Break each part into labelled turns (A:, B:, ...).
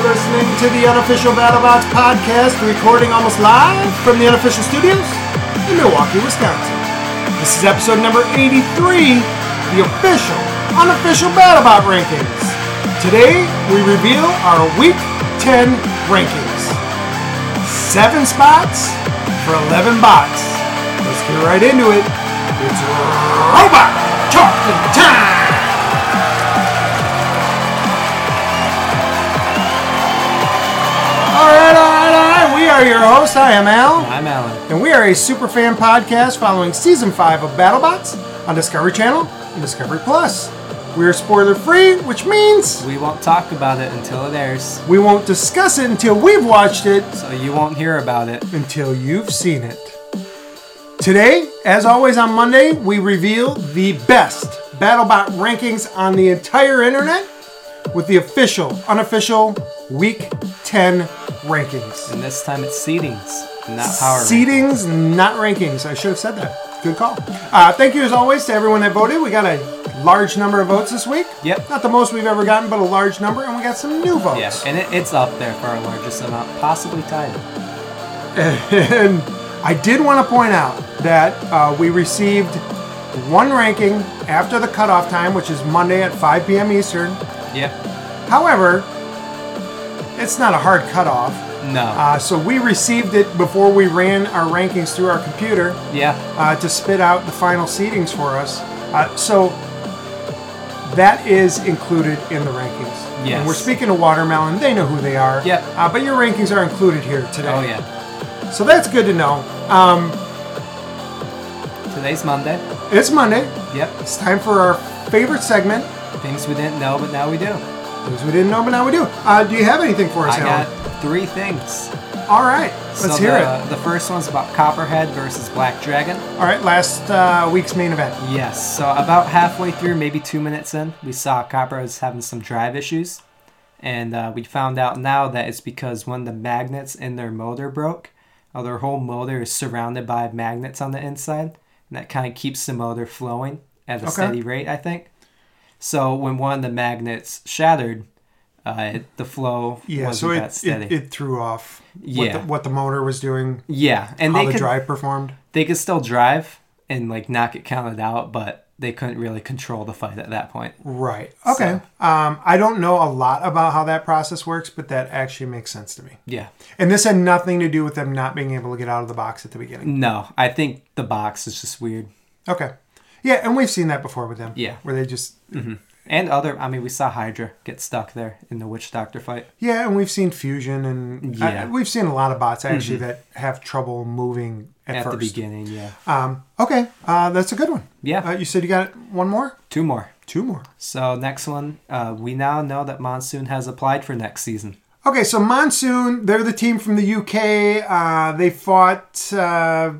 A: to the unofficial BattleBots podcast, recording almost live from the unofficial studios in Milwaukee, Wisconsin. This is episode number 83, the official, unofficial BattleBot rankings. Today, we reveal our Week 10 rankings. Seven spots for 11 bots. Let's get right into it. It's Robot Talking Time! All right, all right, all right. We are your hosts. I am Al.
B: I'm Alan.
A: And we are a super fan podcast following season five of BattleBots on Discovery Channel and Discovery Plus. We are spoiler free, which means
B: We won't talk about it until it airs,
A: we won't discuss it until we've watched it,
B: so you won't hear about it.
A: until you've seen it. Today, as always on Monday, we reveal the best BattleBot rankings on the entire internet with the official, unofficial Week 10 rankings.
B: And this time it's seedings, not power.
A: Seedings, not rankings. I should have said that. Good call. Uh, thank you as always to everyone that voted. We got a large number of votes this week.
B: Yep.
A: Not the most we've ever gotten, but a large number, and we got some new votes.
B: Yeah, and it, it's up there for our largest amount, possibly tied.
A: And I did want to point out that uh, we received one ranking after the cutoff time, which is Monday at 5 p.m. Eastern.
B: Yep.
A: However, it's not a hard cutoff.
B: No.
A: Uh, so we received it before we ran our rankings through our computer.
B: yeah.
A: uh, to spit out the final seedings for us. Uh, so that is included in the rankings.
B: Yes.
A: And we're speaking to Watermelon. They know who they are.
B: Yep.
A: Uh, but your rankings are included here today.
B: Oh yeah.
A: So that's good to know. Um,
B: Today's Monday.
A: it's Monday.
B: Yep.
A: It's time for our favorite segment.
B: Things we didn't know, but now we do.
A: Things we didn't know, but now we do. Uh, do you have anything for us,
B: I
A: Alan?
B: got three things.
A: All right. Let's
B: so
A: hear
B: the, the first one's about Copperhead versus Black Dragon.
A: it. All right. Last uh, week's main event.
B: Yes, so about halfway through, maybe two minutes in, we saw Copper was having some drive issues. And uh, we found out now that it's because one of the magnets in their motor broke. Uh, their whole motor is surrounded by magnets on the inside. And that kind of keeps the motor flowing at a steady rate, I think. So when one of the magnets shattered, uh, it, the flow
A: Yeah.
B: wasn't
A: so
B: that
A: it,
B: steady.
A: it, it threw off what,
B: Yeah.
A: the, what the motor was doing,
B: yeah, and
A: how
B: they
A: the
B: could,
A: drive performed.
B: they could still drive and like not get counted out, but they couldn't really control the fight at that point.
A: Right. Okay. Um, I don't know a lot about how that process works, but that actually makes sense to me.
B: Yeah.
A: And this had nothing to do with them not being able to get out of the box at the beginning.
B: No, I think the box is just weird.
A: Okay. Yeah, and we've seen that before with them.
B: Yeah.
A: Where they just
B: And other, I mean, we saw Hydra get stuck there in the Witch Doctor fight.
A: yeah, and we've seen fusion and I-
B: Yeah. Mm-hmm.
A: we've seen a lot of bots actually that have trouble moving at,
B: At
A: first.
B: the beginning, yeah.
A: Um, okay, uh, that's a good one.
B: Yeah.
A: Uh, you said you got one more,
B: Two more.
A: two more.
B: So, next one, uh, we now know that Monsoon has applied for next season.
A: Okay, so Monsoon, they're the team from the UK. Uh, they fought. Uh,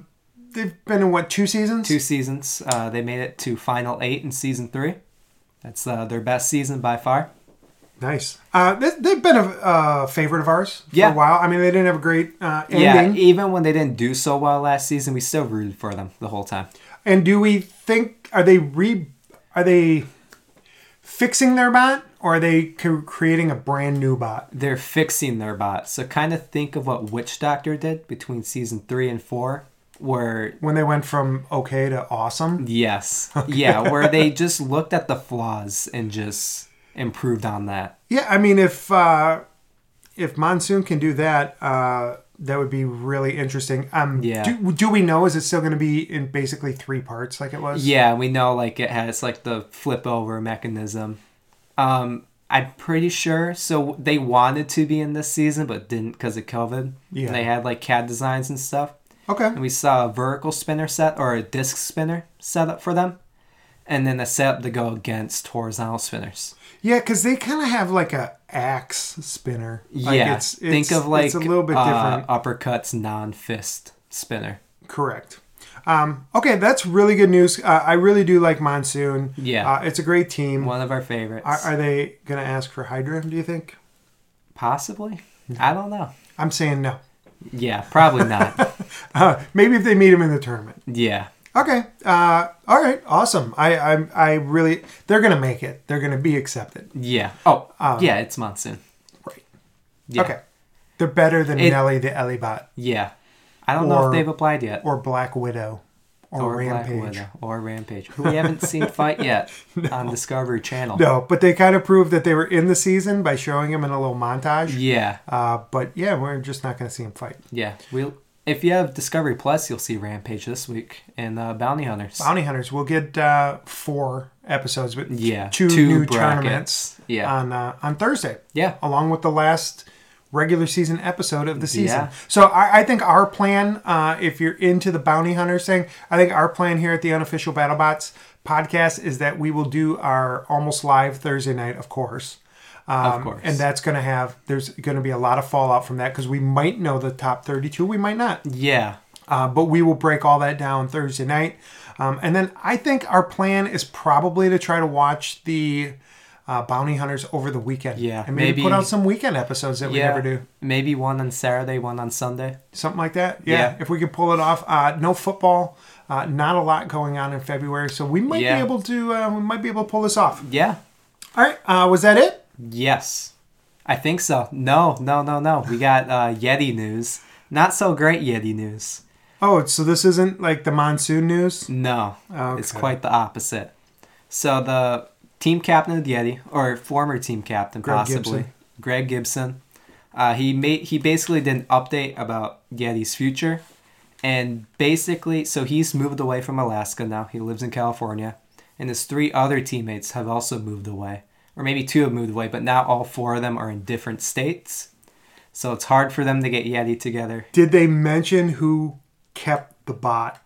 A: they've been in what two seasons?
B: Two seasons. Uh, they made it to Final Eight in season three. That's uh, their best season by far.
A: Nice. Uh, they, they've been a uh, favorite of ours for
B: Yeah.
A: a while. I mean, they didn't have a great uh,
B: Yeah,
A: ending.
B: even when they didn't do so well last season, we still rooted for them the whole time.
A: And do we think are they re are they fixing their bot or are they co- creating a brand new bot?
B: They're fixing their bot. So, kind of think of what Witch Doctor did between season three and four, where
A: When they went from okay to awesome,
B: Yes. Yeah, where they just looked at the flaws and just improved on that.
A: yeah. I mean, if uh, if Monsoon can do that, uh, that would be really interesting. Um,
B: Yeah.
A: Do, do we know? Is it still going to be in basically three parts like it was?
B: Yeah, we know like it has like the flip over mechanism. Um I'm pretty sure so they wanted to be in this season but didn't cuz of COVID.
A: Yeah.
B: They had like CAD designs and stuff.
A: Okay.
B: And we saw a vertical spinner set or a disc spinner set up for them. And then a setup to go against horizontal spinners.
A: Yeah, because they kind of have like a axe spinner. Like
B: yeah.
A: it's, it's-
B: Think of like
A: it's a little bit
B: uh,
A: different.
B: uppercuts non fist spinner.
A: Correct. Um, okay, that's really good news. Uh, I really do like Monsoon.
B: Yeah.
A: uh, it's a great team.
B: One of our favorites.
A: Are, are they gonna ask for Hydra? Do you think?
B: Possibly. I don't know.
A: I'm saying no.
B: Yeah, probably not.
A: Uh, maybe if they meet him in the tournament.
B: yeah.
A: Okay. Uh, all right. Awesome. I, I I really they're gonna make it. They're gonna be accepted.
B: Yeah. Oh, yeah, it's monsoon.
A: Right.
B: Yeah.
A: Okay. They're better than
B: It-
A: Nelly the Ellibot
B: Yeah. I don't know
A: Or-
B: if they've applied yet.
A: or Black Widow or,
B: Black
A: Rampage.
B: Widow or Rampage. Who we haven't seen fight yet on Discovery Channel.
A: No, but they kind of proved that they were in the season by showing him in a little montage.
B: Yeah.
A: Uh, but yeah, we're just not going to see him fight.
B: Yeah. We'll if you have Discovery Plus, you'll see Rampage this week and uh, Bounty Hunters.
A: Bounty Hunters. We'll get uh, four episodes, but
B: Yeah,
A: two,
B: two
A: new
B: brackets.
A: tournaments
B: Yeah.
A: on uh, on Thursday.
B: Yeah.
A: along with the last regular season episode of the season.
B: Yeah.
A: So I, I think our plan, uh, if you're into the Bounty Hunters thing, I think our plan here at the unofficial BattleBots podcast is that we will do our almost live Thursday night, of course. Um,
B: course.
A: And that's going to have, there's going to be a lot of fallout from that because we might know the top 32, we might not.
B: Yeah.
A: Uh, but we will break all that down Thursday night. Um, and then I think our plan is probably to try to watch the uh, Bounty Hunters over the weekend.
B: Yeah,
A: And maybe,
B: maybe-
A: put out some weekend episodes that we
B: yeah.
A: never do.
B: Maybe one on Saturday, one on Sunday.
A: Something like that. Yeah.
B: Yeah.
A: If we could pull it off. Uh, no football. Uh, not a lot going on in February. So we might
B: Yeah.
A: be able to uh, we might be able to pull this off.
B: Yeah.
A: All right. Uh, was that it?
B: Yes. I think so. No, no, no, no. We got uh, Yeti news. Not so great Yeti news.
A: Oh, so this isn't like the monsoon news?
B: No, it's
A: Oh, Okay.
B: quite the opposite. So the team captain of the Yeti, or former team captain,
A: Greg
B: possibly
A: Gibson.
B: Greg Gibson, uh, he made he basically did an update about Yeti's future, and basically, so he's moved away from Alaska now. He lives in California, and his three other teammates have also moved away, or maybe two have moved away, but now all four of them are in different states. So it's hard for them to get Yeti together.
A: Did they mention who kept the bot?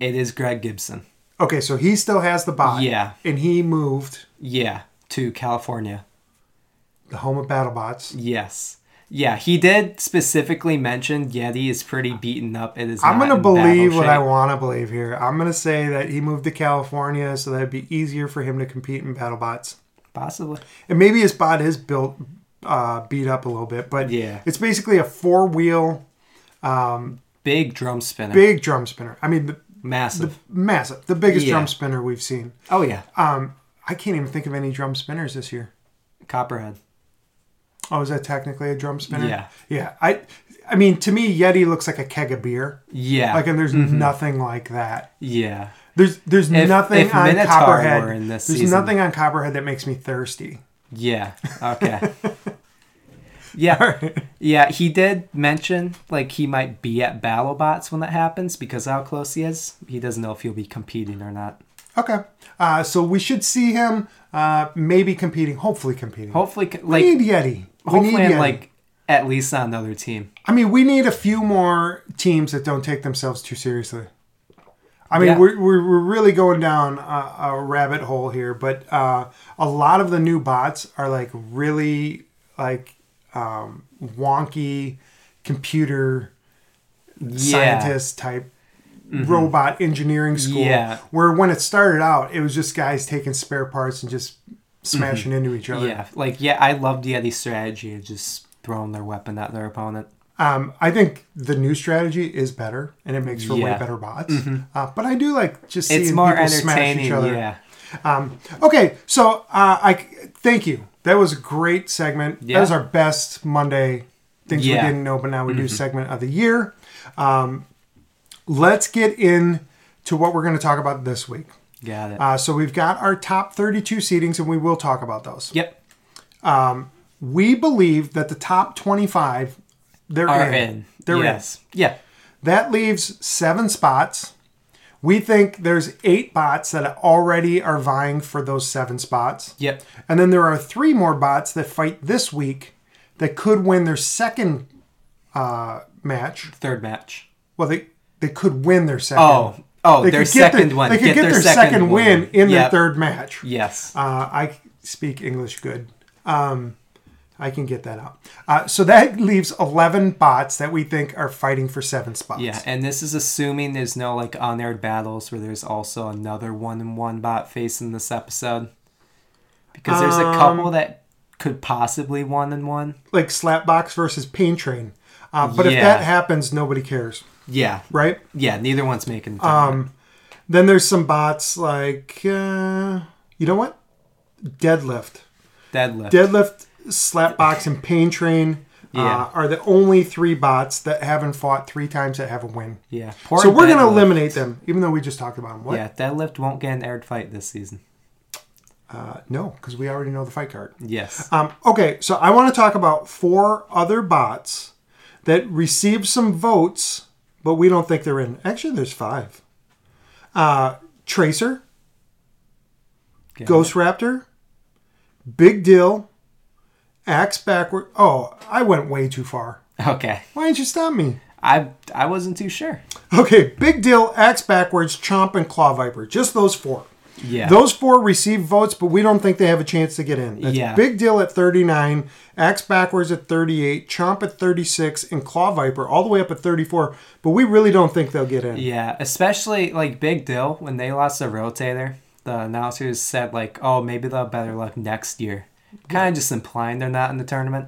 B: It is Greg Gibson.
A: Okay, so he still has the bot.
B: Yeah.
A: And he moved.
B: Yeah, to California.
A: the home of BattleBots.
B: Yes. Yeah, he did specifically mention Yeti is pretty beaten up. It is.
A: I'm
B: not
A: gonna
B: in battle
A: believe what I
B: shape.
A: want to believe here. I'm gonna say that he moved to California so that'd be easier for him to compete in BattleBots.
B: Possibly.
A: And maybe his bot is built uh, beat up a little bit, but
B: Yeah.
A: it's basically a four wheel
B: Big drum spinner.
A: big drum spinner. I mean, the,
B: Massive.
A: massive, the biggest
B: Yeah.
A: drum spinner we've seen.
B: oh yeah.
A: Um, I can't even think of any drum spinners this year.
B: Copperhead.
A: Oh, is that technically a drum spinner?
B: Yeah.
A: yeah. I, I mean, to me, Yeti looks like a keg of beer.
B: Yeah. Mm-hmm.
A: Like, and there's nothing like that.
B: yeah.
A: There's there's
B: If-
A: nothing
B: if
A: on
B: Minotaur
A: Copperhead.
B: were in this
A: there's
B: season-
A: nothing on Copperhead that makes me thirsty.
B: Yeah. Okay. yeah. Yeah. He did mention like he might be at BattleBots when that happens because how close he is. He doesn't know if he'll be competing or not.
A: Okay, uh, so we should see him uh, maybe competing, hopefully competing.
B: Hopefully, c-
A: we
B: like
A: need Yeti. We need
B: hopefully, I'm
A: Yeti.
B: like at least on another team.
A: I mean, we need a few more teams that don't take themselves too seriously. I mean,
B: Yeah.
A: we're, we're, we're really going down a, a rabbit hole here, but uh, a lot of the new bots are like really like um, wonky computer
B: Yeah. Mm-hmm.
A: scientist type robot engineering school.
B: Yeah.
A: Where when it started out, it was just guys taking spare parts and just smashing into each other.
B: Mm-hmm. Yeah, like yeah, I love the Yeti strategy of just throwing their weapon at their opponent.
A: Um, I think the new strategy is better and it makes for way
B: Yeah. Mm-hmm.
A: better bots. Uh, but I do like just seeing
B: It's more
A: people smash
B: entertaining.
A: each other.
B: Yeah,
A: Okay, so uh, I thank you. That was a great segment. That
B: Yeah.
A: was our best Monday things
B: Yeah. Mm-hmm.
A: we didn't know, but now we do segment of the year. Um, let's get in to what we're going to talk about this week.
B: got it.
A: Uh, so we've got our top 32 seedings, and we will talk about those.
B: yep,
A: We believe that the top 25 they're
B: are
A: in.
B: in.
A: They're
B: yes, yeah,
A: in. That leaves seven spots. We think there's eight bots that already are vying for those seven spots.
B: yep,
A: And then there are three more bots that fight this week that could win their second uh, match.
B: third match.
A: Well, they they could win their second.
B: Oh, oh,
A: they
B: their
A: could get
B: second one.
A: They could get, their, second, win, in their third match.
B: Yes,
A: Uh, I speak English good. Um, I can get that out. Uh, so that leaves 11 bots that we think are fighting for seven spots.
B: yeah, and this is assuming there's no like unaired battles where there's also another one in one bot facing this episode, because there's a
A: Um,
B: couple that could possibly one in one.
A: Like Slapbox versus Pain Train. Uh, but if
B: Yeah.
A: that happens, nobody cares,
B: Yeah,
A: right? Um,
B: yeah, neither one's making. The tournament.
A: Then there's some bots like, uh, you know what? Deadlift.
B: deadlift.
A: Deadlift, Slapbox, and Pain Train.
B: Yeah.
A: uh, are the only three bots that haven't fought three times that have a win.
B: Yeah. Poor
A: So we're going to
B: Deadlift.
A: eliminate them, even though we just talked about them. What?
B: Yeah, Deadlift won't get an aired fight this season.
A: Uh, no, because we already know the fight card.
B: Yes.
A: Um, okay, so I want to talk about four other bots that received some votes, but we don't think they're in. Actually, there's five uh, Tracer,
B: Okay.
A: Ghost Raptor, Big Deal, Axe Backward. Oh, I went way too far.
B: Okay.
A: Why didn't you stop me?
B: I I wasn't too sure.
A: Okay, Big Deal, Axe Backwards, Chomp, and Claw Viper. Just those four.
B: Yeah.
A: Those four received votes, but we don't think they have a chance to get in. That's
B: Yeah.
A: Big Deal at 39, Axe Backwards at 38, Chomp at 36, and Claw Viper all the way up at 34, but we really don't think they'll get in.
B: Yeah, especially like Big Dill when they lost the rotator. The announcers said like, "Oh, maybe they'll have better luck next year," kind of just implying they're not in the tournament.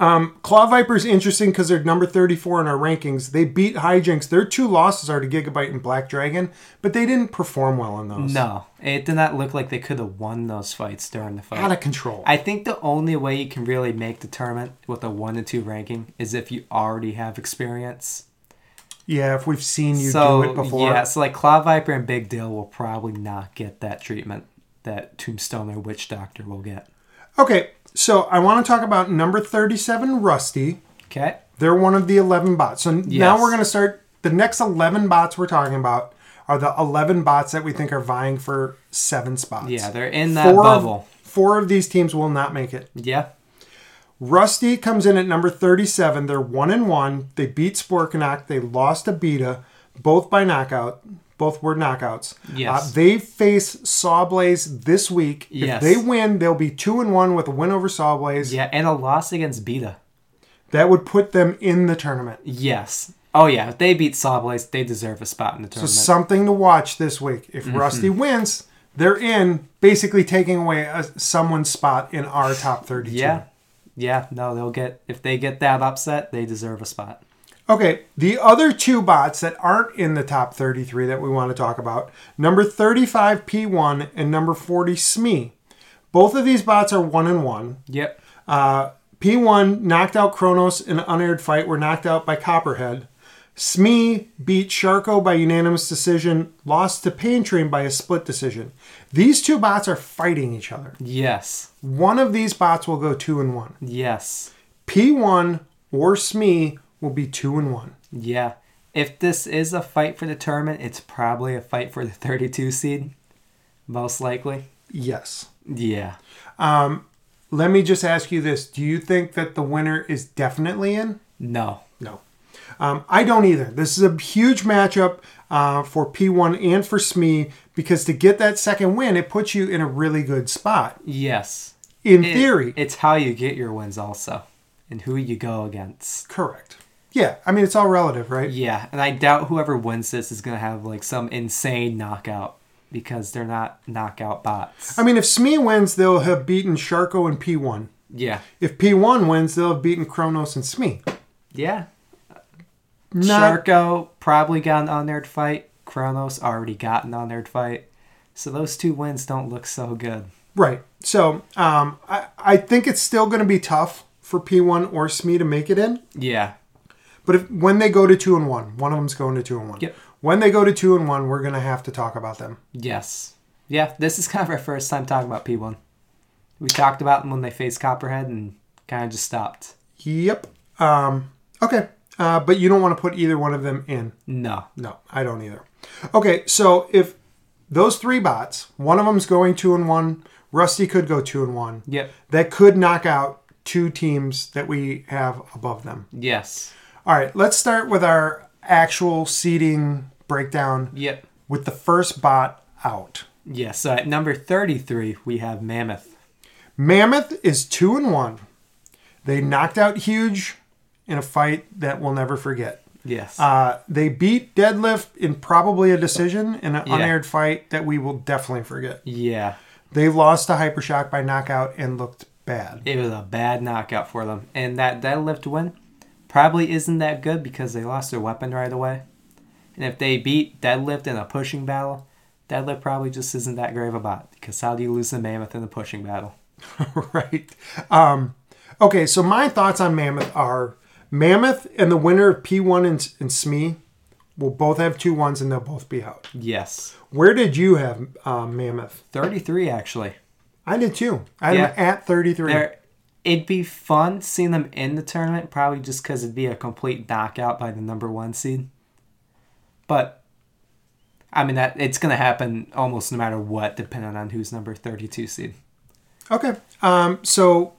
A: Claw Viper's interesting because they're number 34 in our rankings. They beat Hijinks. Their two losses are to Gigabyte and Black Dragon, but they didn't perform well in those.
B: No, it did not look like they could have won those fights during the
A: Out
B: fight.
A: of control.
B: I think the only way you can really make the tournament with a one to two ranking is if you already have experience.
A: yeah, if we've seen you
B: so
A: do it before.
B: yeah, so like Claw Viper and Big Dill will probably not get that treatment that Tombstone or Witch Doctor will get.
A: Okay, so I want to talk about number 37, Rusty.
B: Okay.
A: They're one of the 11 bots. So now
B: Yes.
A: we're going to start. The next 11 bots we're talking about are the 11 bots that we think are vying for seven spots.
B: Yeah, they're in that
A: Of,
B: bubble.
A: four of these teams will not make it.
B: Yeah.
A: Rusty comes in at number 37. They're one and one. They beat Sporkanak. They lost to Beta, both by knockout. Both were knockouts.
B: Yes.
A: Uh, they face Sawblaze this week.
B: Yes.
A: If they win, they'll be two and one with a win over Sawblaze.
B: Yeah, and a loss against Beta.
A: That would put them in the tournament.
B: Yes. Oh yeah, if they beat Sawblaze, they deserve a spot in the
A: So
B: tournament.
A: something to watch this week. If Rusty wins, they're in, basically taking away a, someone's spot in our top 32.
B: yeah. Yeah, no, they'll get if they get that upset, they deserve a spot.
A: Okay, the other two bots that aren't in the top 33 that we want to talk about number 35 P1 and number 40 SME. E. Both of these bots are one and one.
B: Yep.
A: Uh, P1 knocked out Kronos in an unaired fight, were knocked out by Copperhead. Smee beat Sharko by unanimous decision, lost to Pain Train by a split decision. These two bots are fighting each other.
B: Yes.
A: One of these bots will go two and one.
B: Yes.
A: P1 or Smee will be two and one.
B: Yeah. If this is a fight for the tournament, it's probably a fight for the 32 seed, most likely.
A: Yes.
B: Yeah.
A: Let me just ask you this: Do you think that the winner is definitely in?
B: No.
A: No. Um, I don't either. This is a huge matchup uh, for P1 and for SME because to get that second win, it puts you in a really good spot.
B: Yes.
A: In
B: It-
A: theory,
B: it's how you get your wins also and who you go against.
A: correct. Yeah, I mean, it's all relative, right?
B: Yeah, and I doubt whoever wins this is gonna have like some insane knockout because they're not knockout bots.
A: I mean, if SME wins, they'll have beaten Sharko and P1.
B: Yeah,
A: If P1 wins, they'll have beaten Kronos and SME.
B: yeah.
A: Not-
B: Sharko probably got an unaired fight. Kronos already got an unaired fight. So those two wins don't look so good.
A: Right. So um, I, I think it's still going to be tough for P1 or SME to make it in.
B: Yeah,
A: But if, when they go to two and one, one of them's going to two and one.
B: Yep.
A: When they go to two and one, we're going to have to talk about them.
B: yes, yeah. This is kind of our first time talking about P1. We talked about them when they faced Copperhead and kind of just stopped.
A: Yep. Um, okay. Uh, but you don't want to put either one of them in.
B: No.
A: No, I don't either. Okay. So if those three bots, one of them's going two and one, Rusty could go two and one.
B: Yep.
A: That could knock out two teams that we have above them.
B: Yes.
A: All right. Let's start with our actual seating breakdown
B: Yep.
A: with the first bot out.
B: Yeah. So at number thirty-three, we have Mammoth.
A: Mammoth is two and one. They knocked out Huge in a fight that we'll never forget.
B: Yes.
A: Uh, they beat Deadlift in probably a decision in an
B: Yeah.
A: unaired fight that we will definitely forget.
B: Yeah,
A: They lost to Hypershock by knockout and looked bad.
B: it was a bad knockout for them. And that deadlift win probably isn't that good because they lost their weapon right away. And if they beat deadlift in a pushing battle, deadlift probably just isn't that great of a bot because how do you lose the mammoth in a pushing battle?
A: right. Um, Okay, so my thoughts on Mammoth are Mammoth and the winner of P1 and, and SME will both have two ones and they'll both be out.
B: Yes.
A: Where did you have uh, Mammoth?
B: 33, actually.
A: I did too. I
B: Yeah.
A: am at 33.
B: There, it'd be fun seeing them in the tournament, probably just because it'd be a complete knockout by the number one seed. But, I mean, that it's going to happen almost no matter what, depending on who's number 32 seed.
A: Okay. Um, so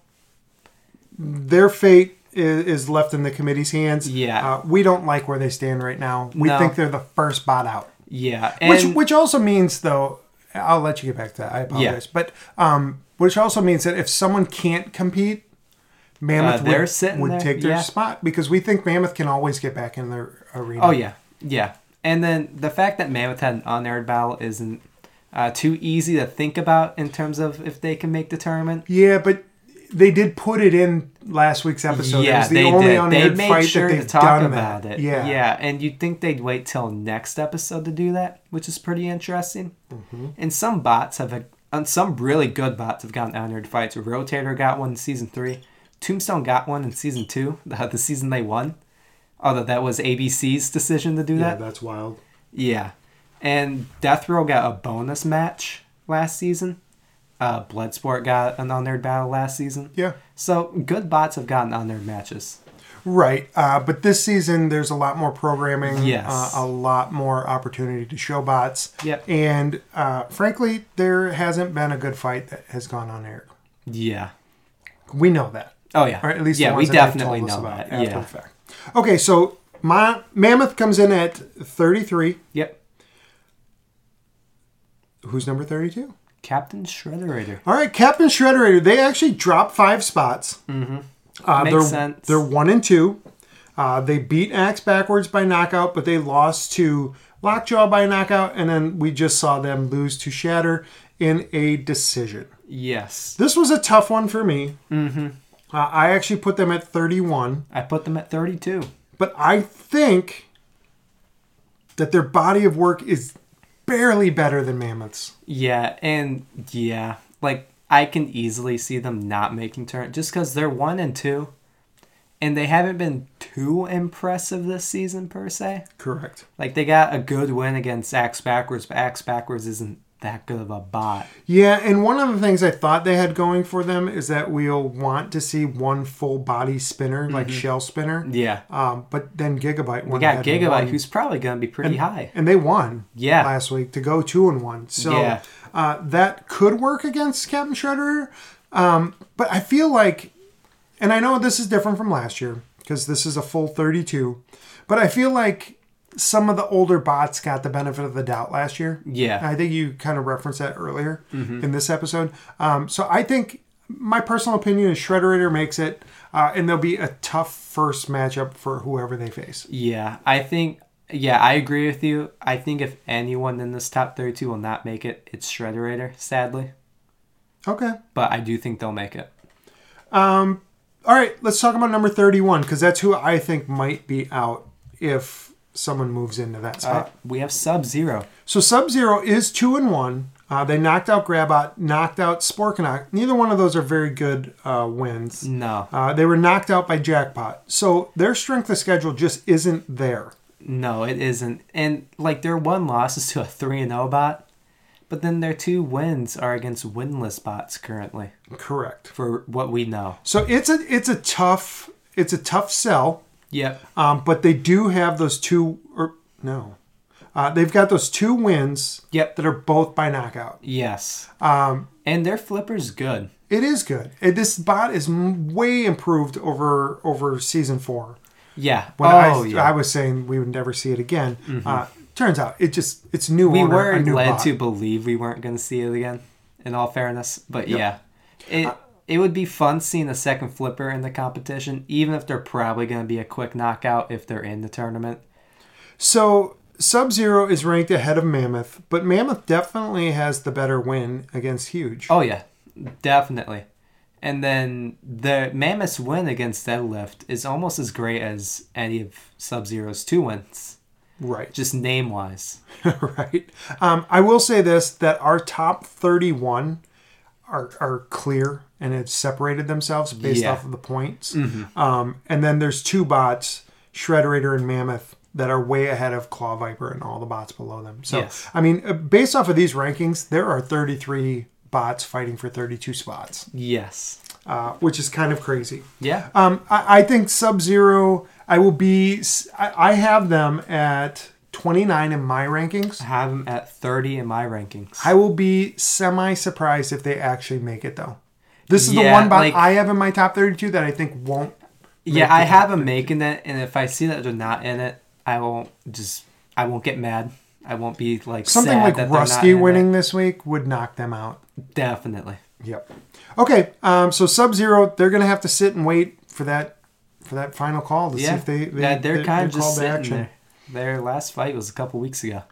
A: their fate is, is left in the committee's hands.
B: Yeah.
A: Uh, we don't like where they stand right now. We
B: No.
A: think they're the first bot out.
B: Yeah.
A: which
B: and-
A: which also means though I'll let you get back to that. I apologize. But um which also means that if someone can't compete, Mammoth
B: Uh, they're
A: would,
B: sitting
A: would
B: there,
A: take their
B: yeah.
A: spot because we think Mammoth can always get back in their arena.
B: Oh yeah, yeah. And then the fact that Mammoth had an unaired battle isn't uh, too easy to think about in terms of if they can make the tournament.
A: Yeah, but they did put it in last week's episode. it
B: yeah,
A: was the
B: they
A: only
B: did. They
A: unaired
B: made
A: fight
B: sure
A: that
B: to
A: they've
B: talk
A: done
B: about
A: that.
B: it.
A: Yeah.
B: yeah. And you'd think they'd wait till next episode to do that, which is pretty interesting.
A: Mm-hmm.
B: And some bots have, a, and some really good bots have gotten unaired fights. Rotator got one in season three. Tombstone got one in season two, the, the season they won. Although that was ABC's decision to do
A: Yeah,
B: that.
A: that's wild.
B: Yeah. And Death Row got a bonus match last season. Uh, Bloodsport got an unaired battle last season.
A: Yeah.
B: So good bots have gotten unaired matches.
A: Right, uh, but this season there's a lot more programming,
B: Yes.
A: uh, a lot more opportunity to show bots,
B: Yep.
A: and uh, frankly, there hasn't been a good fight that has gone on air.
B: Yeah.
A: We know that,
B: Oh yeah.
A: or at least
B: yeah,
A: the
B: we
A: ones that they've
B: definitely
A: told us
B: know
A: about
B: that.
A: after
B: Yeah.
A: the fact. Okay, so my Mammoth comes in at 33.
B: Yep.
A: Who's number 32?
B: Captain Shredderator.
A: All right, Captain Shredderator. They actually dropped five spots. Mm-hmm. Uh,
B: Makes
A: they're,
B: sense.
A: They're one and two. Uh, they beat Axe backwards by knockout, but they lost to Lockjaw by knockout, and then we just saw them lose to Shatter in a decision.
B: Yes.
A: This was a tough one for me. Mm-hmm. Uh, I actually put them at 31,
B: I put them at 32.
A: but I think that their body of work is barely better than Mammoth's.
B: Yeah, and yeah, like I can easily see them not making turn just because they're one and two, and they haven't been too impressive this season per se.
A: Correct.
B: Like they got a good win against Axe Backwards, but Axe Backwards isn't that good of a bot.
A: Yeah, and one of the things I thought they had going for them is that we'll want to see one full body spinner, like shell spinner.
B: Mm-hmm. Yeah.
A: Um, but then Gigabyte won.
B: We got
A: ahead and
B: Gigabyte,
A: won.
B: who's probably gonna be pretty high.
A: and they won.
B: Yeah.
A: Last week to go two and one. So
B: Yeah.
A: uh, that could work against Captain Shredder. Um, but I feel like, and I know this is different from last year because this is a full 32, but I feel like some of the older bots got the benefit of the doubt last year.
B: Yeah. Mm-hmm.
A: I think you kind of referenced that earlier in this episode. Um, so I think my personal opinion is Shredderator makes it, uh, and there'll be a tough first matchup for whoever they face.
B: Yeah, I think. Yeah, I agree with you. I think if anyone in this top thirty-two will not make it, it's Shredderator, sadly.
A: Okay.
B: But I do think they'll make it.
A: All right, let's talk about number 31 because that's who I think might be out if someone moves into that spot.
B: Uh, we have Sub Zero.
A: so Sub Zero is 2 and 1. Uh, they knocked out Grabot, knocked out Sporkanock. Neither one of those are very good uh, wins.
B: No,
A: Uh, they were knocked out by Jackpot. So their strength of schedule just isn't there.
B: No, it isn't. And like their one loss is to a three and zero bot, but then their two wins are against winless bots currently,
A: Correct.
B: for what we know.
A: So it's a it's a tough it's a tough sell.
B: Yep.
A: Um, but they do have those two or no. Uh, they've got those two wins
B: Yep.
A: that are both by knockout.
B: Yes. Um. And their flipper's good.
A: It is good. It, this bot is m- way improved over over season four.
B: Yeah.
A: When
B: oh
A: I,
B: yeah. Mm-hmm.
A: I was saying we would never see it again. Uh, turns out it just it's new.
B: we
A: owner,
B: were
A: a new
B: led
A: bot.
B: to believe we weren't going to see it again. In all fairness, but yeah, it it would be fun seeing a second flipper in the competition, even if they're probably going to be a quick knockout if they're in the tournament.
A: So Sub Zero is ranked ahead of Mammoth, but Mammoth definitely has the better win against Huge.
B: Oh yeah, definitely. And then the Mammoth's win against Deadlift is almost as great as any of Sub Zero's two wins,
A: Right,
B: just name wise.
A: right. Um, I will say this: that our top thirty-one are are clear and have separated themselves based
B: Yeah. Mm-hmm.
A: off of the points. Um, and then there's two bots, Shredderator and Mammoth, that are way ahead of Claw Viper and all the bots below them. So
B: Yes.
A: I mean, uh, based off of these rankings, there are 33 bots fighting for 32 spots,
B: Yes.
A: uh, which is kind of crazy.
B: Yeah.
A: Um, I, I think Sub Zero. I will be. s- I, I have them at 29 in my rankings.
B: I have him at 30 in my rankings.
A: I will be semi surprised if they actually make it though. This is the
B: Yeah,
A: one bot
B: like-
A: I have in my top 32 that I think won't.
B: yeah,
A: make
B: I
A: the
B: have him making it, and if I see that they're not in it, I won't just. I won't get mad. I won't be like
A: Something
B: sad
A: like
B: that they're not
A: Rusty
B: in it.
A: winning this week would knock them out.
B: Definitely.
A: Yep. Okay. Um, so Sub Zero, they're gonna have to sit and wait for that for that final call to see
B: Yeah,
A: if they, they
B: yeah, they're,
A: they-
B: kind of
A: they're
B: just
A: called to
B: sitting there. Their last fight was a couple weeks ago.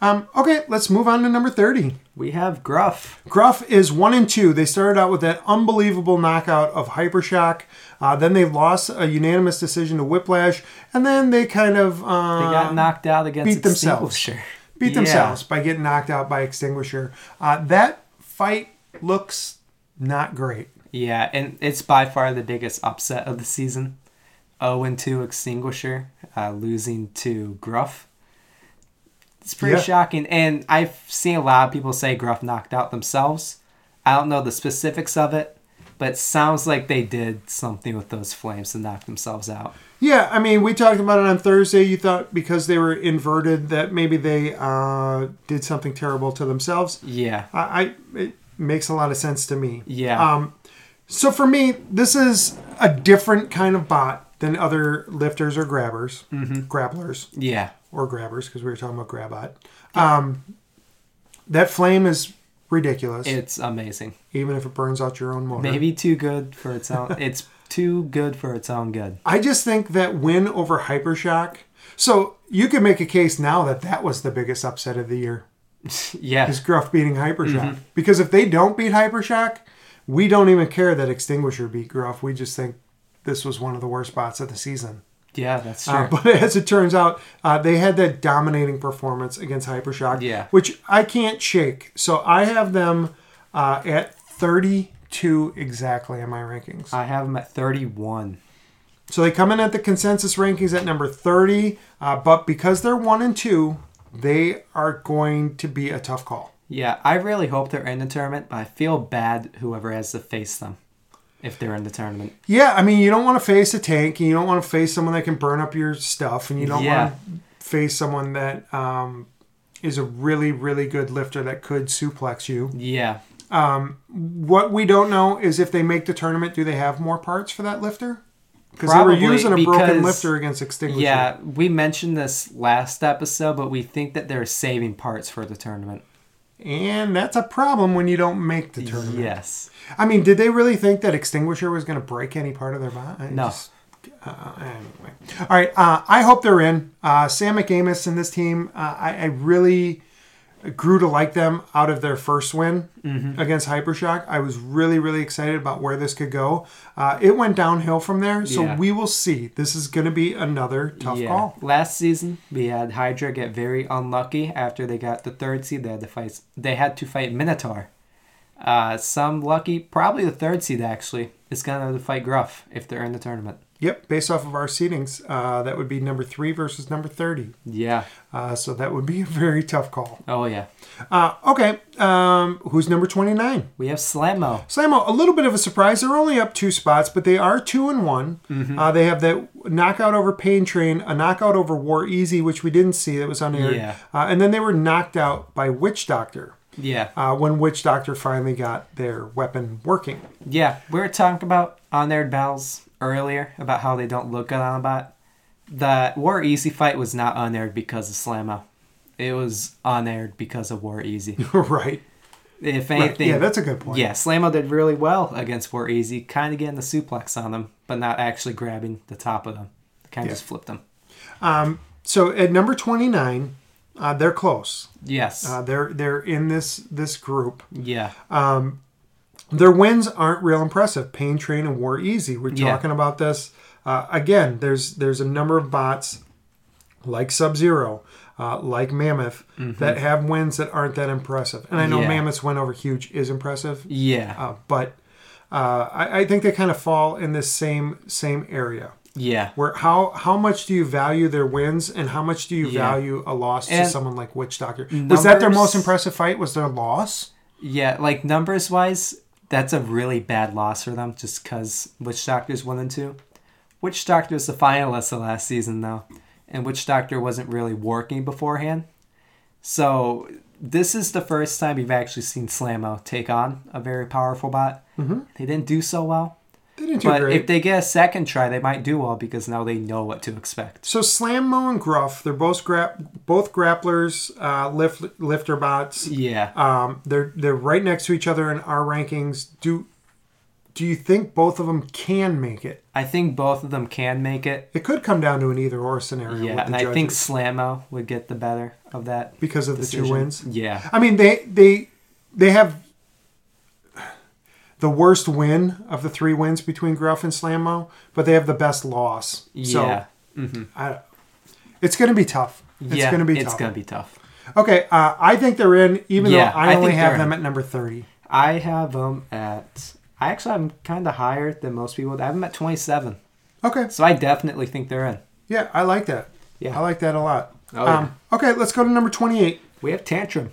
A: Um, okay, let's move on to number 30.
B: We have Gruff.
A: Gruff is one and two. They started out with that unbelievable knockout of Hypershock. Uh, then they lost a unanimous decision to Whiplash, and then they kind of uh,
B: They got knocked out against
A: beat themselves.
B: Extinguisher.
A: beat
B: Yeah.
A: themselves by getting knocked out by Extinguisher. Uh, that fight looks not great.
B: Yeah, and it's by far the biggest upset of the season. 0 and 2 Extinguisher, uh, losing to Gruff. It's pretty
A: Yeah.
B: shocking. And I've seen a lot of people say Gruff knocked out themselves. I don't know the specifics of it, but it sounds like they did something with those flames to knock themselves out.
A: Yeah, I mean, we talked about it on Thursday. You thought because they were inverted that maybe they uh, did something terrible to themselves.
B: Yeah.
A: I, I it makes a lot of sense to me.
B: Yeah.
A: Um, so for me, this is a different kind of bot than other lifters or grabbers, grapplers
B: Yeah.
A: or grabbers, because we were talking about grabbot. Um, that flame is ridiculous,
B: It's amazing.
A: even if it burns out your own motor.
B: Maybe too good for its own. it's too good for its own good.
A: I just think that win over Hypershock. So you could make a case now that that was the biggest upset of the year.
B: Yeah.
A: is Gruff beating Hypershock.
B: Mm-hmm.
A: Because if they don't beat Hypershock, we don't even care that Extinguisher beat Gruff. We just think this was one of the worst spots of the season.
B: Yeah, that's true.
A: Uh, but as it turns out, uh, they had that dominating performance against Hypershock,
B: Yeah.
A: which I can't shake. So I have them uh, at 32 exactly in my rankings.
B: I have him at 31.
A: So they come in at the consensus rankings at number 30, uh, but because they're one and two, they are going to be a tough call.
B: Yeah, I really hope they're in the tournament, but I feel bad whoever has to face them if they're in the tournament.
A: Yeah, I mean, you don't want to face a tank, and you don't want to face someone that can burn up your stuff, and you don't
B: Yeah.
A: want to face someone that um, is a really, really good lifter that could suplex you.
B: Yeah.
A: What we don't know is if they make the tournament, do they have more parts for that lifter? Because they were
B: Probably,
A: using a broken
B: because-
A: lifter against Extinguisher.
B: Yeah, we mentioned this last episode, but we think that they're saving parts for the tournament.
A: And that's a problem when you don't make the tournament.
B: Yes.
A: I mean, did they really think that Extinguisher was going to break any part of their body?
B: No.
A: uh, anyway. All right. Uh, I hope they're in. Uh, Sam McAmis and this team, uh, I, I really grew to like them out of their first win
B: Mm-hmm.
A: against Hypershock. I was really, really excited about where this could go. Uh, it went downhill from there, so
B: Yeah.
A: we will see. This is going to be another tough
B: yeah.
A: call.
B: Last season, we had Hydra get very unlucky after they got the third seed. They had to fight. They had to fight Minotaur. Uh, some lucky, probably the third seed actually, is gonna have to fight Gruff if they're in the tournament.
A: Yep, based off of our seedings, uh, that would be number three versus number 30.
B: Yeah.
A: Uh, so that would be a very tough call.
B: Oh yeah.
A: Uh, okay, um, who's number 29?
B: We have Slamo.
A: Slamo, a little bit of a surprise. They're only up two spots, but they are two and one.
B: Mm-hmm.
A: Uh, they have that knockout over Pain Train, a knockout over War Easy, which we didn't see that was unaired,
B: Yeah.
A: uh, and then they were knocked out by Witch Doctor
B: Yeah.
A: uh, when Witch Doctor finally got their weapon working.
B: Yeah, we were talking about unaired battles earlier about how they don't look good on a bot. The War Easy fight was not unaired because of Slamo. It was unaired because of War Easy.
A: right.
B: If
A: right.
B: anything,
A: Yeah, that's a good point.
B: yeah, Slamo did really well against War Easy, kind of getting the suplex on them, but not actually grabbing the top of them. Kind of just flipped them.
A: So at number twenty nine, uh, they're close.
B: Yes.
A: Uh, they're they're in this this group.
B: yeah.
A: Their wins aren't real impressive. Pain Train and War Easy. We're
B: Yeah.
A: talking about this uh, again. There's there's a number of bots like Sub Zero uh, like Mammoth that have wins that aren't that impressive. And I know
B: Mm-hmm. Yeah.
A: Mammoth's win over Huge is impressive,
B: Yeah.
A: uh, but uh, I, I think they kind of fall in this same same area
B: yeah.
A: where how how much do you value their wins and how much do you
B: Yeah.
A: value a loss
B: And
A: to someone like Witch Doctor? was that their
B: numbers-
A: most impressive fight? Was their loss?
B: Yeah, like numbers wise, that's a really bad loss for them just because Witch Doctor's 1 and 2. Witch Doctor was the finalist of last season, though, and Witch Doctor wasn't really working beforehand. So, this is the first time you've actually seen Slammo take on a very powerful bot. Mm-hmm. They didn't do so well,
A: They didn't do
B: but
A: great.
B: if they get a second try, they might do well because now they know what to expect.
A: So Slammo and Gruff, they're both grap both grapplers, uh, lift lifter bots.
B: Yeah.
A: Um, they're they're right next to each other in our rankings. Do do you think both of them can make it?
B: I think both of them can make it.
A: It could come down to an either or scenario.
B: Yeah,
A: with
B: and
A: the
B: I think
A: judges
B: Slammo would get the better of that.
A: because of the two
B: decision.
A: wins.
B: Yeah.
A: I mean, they they they have the worst win of the three wins between Gruff and Slammo, but they have the best loss.
B: Yeah.
A: So I, it's going to be tough. It's
B: yeah,
A: going to be
B: it's
A: tough.
B: gonna be tough.
A: Okay, uh, I think they're in, even
B: Yeah,
A: though I,
B: I
A: only
B: think
A: have
B: they're
A: them
B: in.
A: at number 30.
B: I have them at. I actually I'm kind of higher than most people. I have them at 27,
A: Okay,
B: so I definitely think they're in.
A: yeah, I like that.
B: Yeah.
A: I like that a lot.
B: Oh, yeah.
A: um, okay, let's go to number 28.
B: We have Tantrum.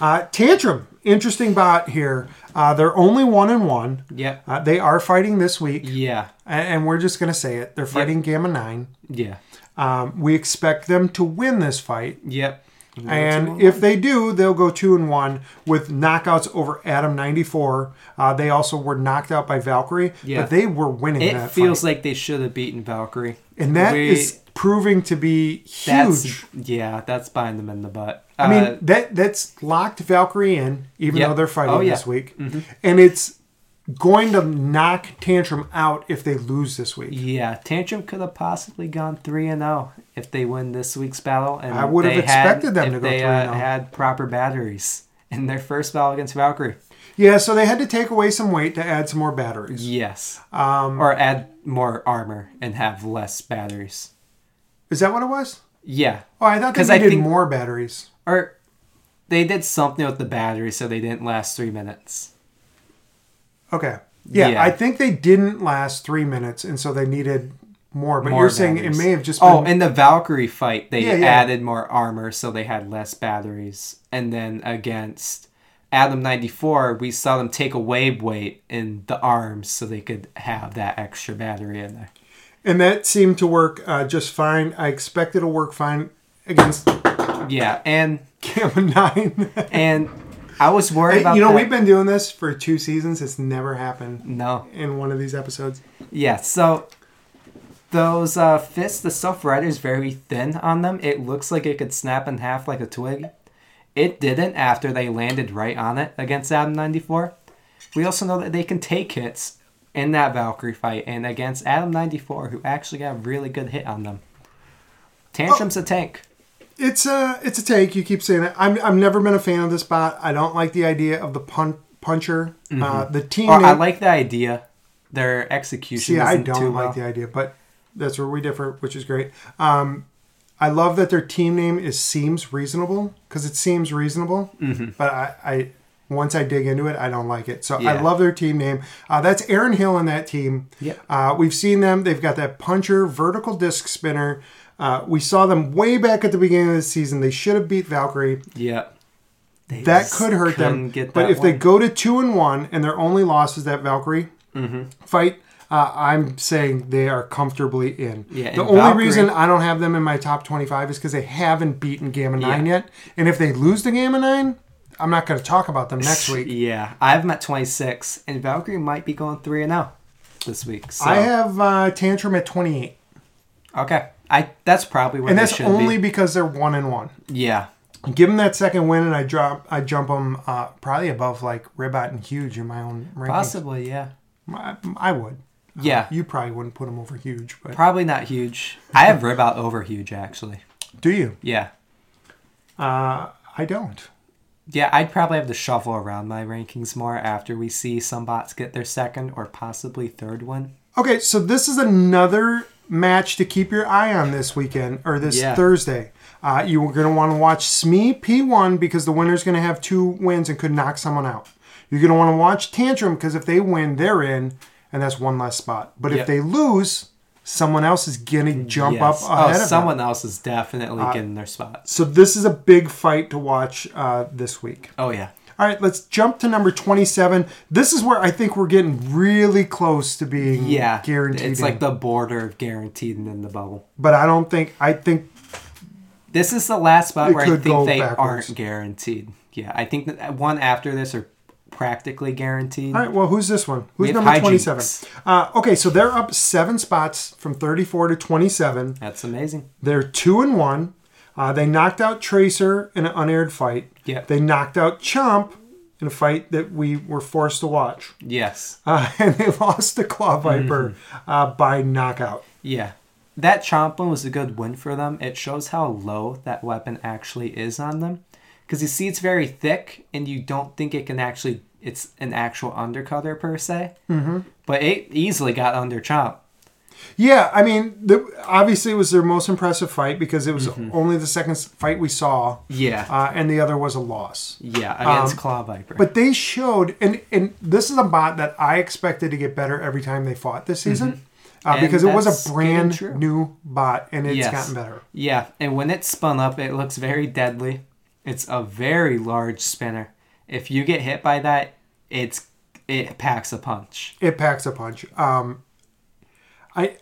A: Uh, Tantrum, interesting bot here. Uh, they're only one and one.
B: Yeah,
A: Uh, they are fighting this week,
B: yeah,
A: a- and we're just going to say it. They're fighting Gamma 9.
B: yeah,
A: Um, we expect them to win this fight,
B: yep.
A: and if they do, they'll go two and one with knockouts over Adam ninety four. Uh, they also were knocked out by Valkyrie,
B: Yeah.
A: but they were winning.
B: it
A: that
B: feels
A: fight.
B: like they should have beaten Valkyrie,
A: and that
B: We-
A: is proving to be
B: that's
A: huge.
B: yeah, that's biting them in the butt. Uh,
A: I mean that that's locked Valkyrie in, even
B: Yep.
A: though they're fighting
B: Oh, yeah.
A: this week, and it's going to knock Tantrum out if they lose this week.
B: yeah, Tantrum could have possibly gone three and zero if they win this week's battle. And
A: I would have
B: they had-
A: expected them
B: if
A: to go oh.
B: they,
A: 3-0.
B: uh, had proper batteries in their first battle against Valkyrie.
A: Yeah, so they had to take away some weight to add some more batteries.
B: Yes. Um, or add more armor and have less batteries.
A: Is that what it was?
B: Yeah.
A: Oh, I thought they
B: 'Cause I
A: needed
B: think-
A: more batteries.
B: Or they did something with the battery so they didn't last three minutes.
A: Okay. Yeah,
B: Yeah.
A: I think they didn't last three minutes, and so they needed more. But
B: More
A: you're saying it
B: batteries.
A: may have just been.
B: Oh, in the Valkyrie fight, they
A: Yeah, yeah.
B: added more armor so they had less batteries. And then against Adam 94, we saw them take away weight in the arms so they could have that extra battery in there.
A: and that seemed to work uh, just fine. I expect it'll work fine against
B: Yeah. And,
A: Gamma 9.
B: and I was worried
A: you
B: about
A: know,
B: that.
A: we've been doing this for two seasons. It's never happened
B: No.
A: in one of these episodes.
B: Yeah, so those uh, fists, the self rider is very thin on them. It looks like it could snap in half like a twig. It didn't after they landed right on it against Adam 94. We also know that they can take hits in that Valkyrie fight and against Adam 94, who actually got a really good hit on them. Tantrum's a tank.
A: It's a it's a take. You keep saying it. I'm I've never been a fan of this bot. I don't like the idea of the pun- puncher. Uh, the team.
B: Mm-hmm. Or I
A: name-
B: like the idea. Their execution
A: See,
B: isn't
A: I don't
B: too
A: like
B: well.
A: the idea, but that's where we differ, which is great. Um, I love that their team name is seems reasonable because it seems reasonable.
B: Mm-hmm.
A: But I, I once I dig into it, I don't like it. So I
B: Yeah.
A: love their team name. Uh, that's Aaron Hill on that team.
B: Yep.
A: Uh, we've seen them. They've got that puncher, vertical disc spinner. Uh, we saw them way back at the beginning of the season. They should have beat Valkyrie.
B: Yeah. They
A: That
B: just
A: could hurt them.
B: couldn't get
A: but
B: that
A: if they
B: one.
A: go to two and one and their only loss is that Valkyrie
B: Mm-hmm.
A: fight, uh, I'm saying they are comfortably in.
B: Yeah,
A: the
B: and
A: only
B: Valkyrie-
A: reason I don't have them in my top 25 is because they haven't beaten Gamma 9 yet. And if they lose to Gamma 9, I'm not going to talk about them next week.
B: Yeah, I have them at 26, and Valkyrie might be going 3 and 0 this week. So,
A: I have uh, Tantrum at 28.
B: okay. I that's probably where
A: And
B: they
A: that's
B: should
A: only
B: be.
A: because they're one and one.
B: Yeah.
A: Give them that second win, and I drop, I jump them uh, probably above like Ribot and Huge in my own rankings.
B: Possibly, yeah.
A: I, I would.
B: Yeah.
A: You probably wouldn't put them over Huge, but
B: Probably not huge. I have Ribout over huge actually.
A: Do you?
B: Yeah.
A: Uh, I don't.
B: Yeah, I'd probably have to shuffle around my rankings more after we see some bots get their second or possibly third one.
A: Okay, so this is another match to keep your eye on this weekend or this
B: Yeah.
A: Thursday. Uh, you're going to want to watch SME P1 because the winner's going to have two wins and could knock someone out. You're going to want to watch Tantrum because if they win, they're in, and that's one less spot. But if
B: Yep.
A: they lose, someone else is going to jump
B: Yes.
A: up ahead
B: oh,
A: of
B: someone
A: them.
B: else is definitely getting their spots.
A: So this is a big fight to watch uh, this week.
B: Oh yeah.
A: All right, let's jump to number 27. This is where I think we're getting really close to being
B: Yeah.
A: guaranteed.
B: It's
A: in.
B: like the border of guaranteed and in the bubble.
A: but I don't think I think
B: This is the last spot
A: It
B: where I
A: could go
B: think they
A: backwards.
B: aren't guaranteed. Yeah, I think that one after this are practically guaranteed.
A: All right, well, who's this one? Who's
B: have
A: number
B: hijinks.
A: 27? Uh, okay, so they're up 7 spots from 34 to 27.
B: That's amazing.
A: They're 2 and 1. Uh, they knocked out Tracer in an unaired fight.
B: Yep.
A: They knocked out Chomp in a fight that we were forced to watch.
B: Yes.
A: Uh, and they lost to Claw Viper
B: Mm-hmm.
A: uh, by knockout.
B: Yeah. That chomp one was a good win for them. It shows how low that weapon actually is on them. Because you see, it's very thick, and you don't think it can actually, it's an actual undercutter per se. Mm-hmm. But it easily got under chomp.
A: Yeah, I mean, the, obviously it was their most impressive fight because it was only the second s- fight we saw,
B: Mm-hmm. Yeah.
A: uh, and the other was a loss.
B: yeah, against Claw Viper.
A: But they showed, and and this is a bot that I expected to get better every time they fought this season, uh,
B: Mm-hmm. And
A: because it was
B: that's
A: a
B: getting
A: brand
B: true.
A: new bot, and it's
B: Yes.
A: gotten better.
B: Yeah, and when it's spun up, it looks very deadly. It's a very large spinner. If you get hit by that, it's it packs a punch.
A: It packs a punch. Um, I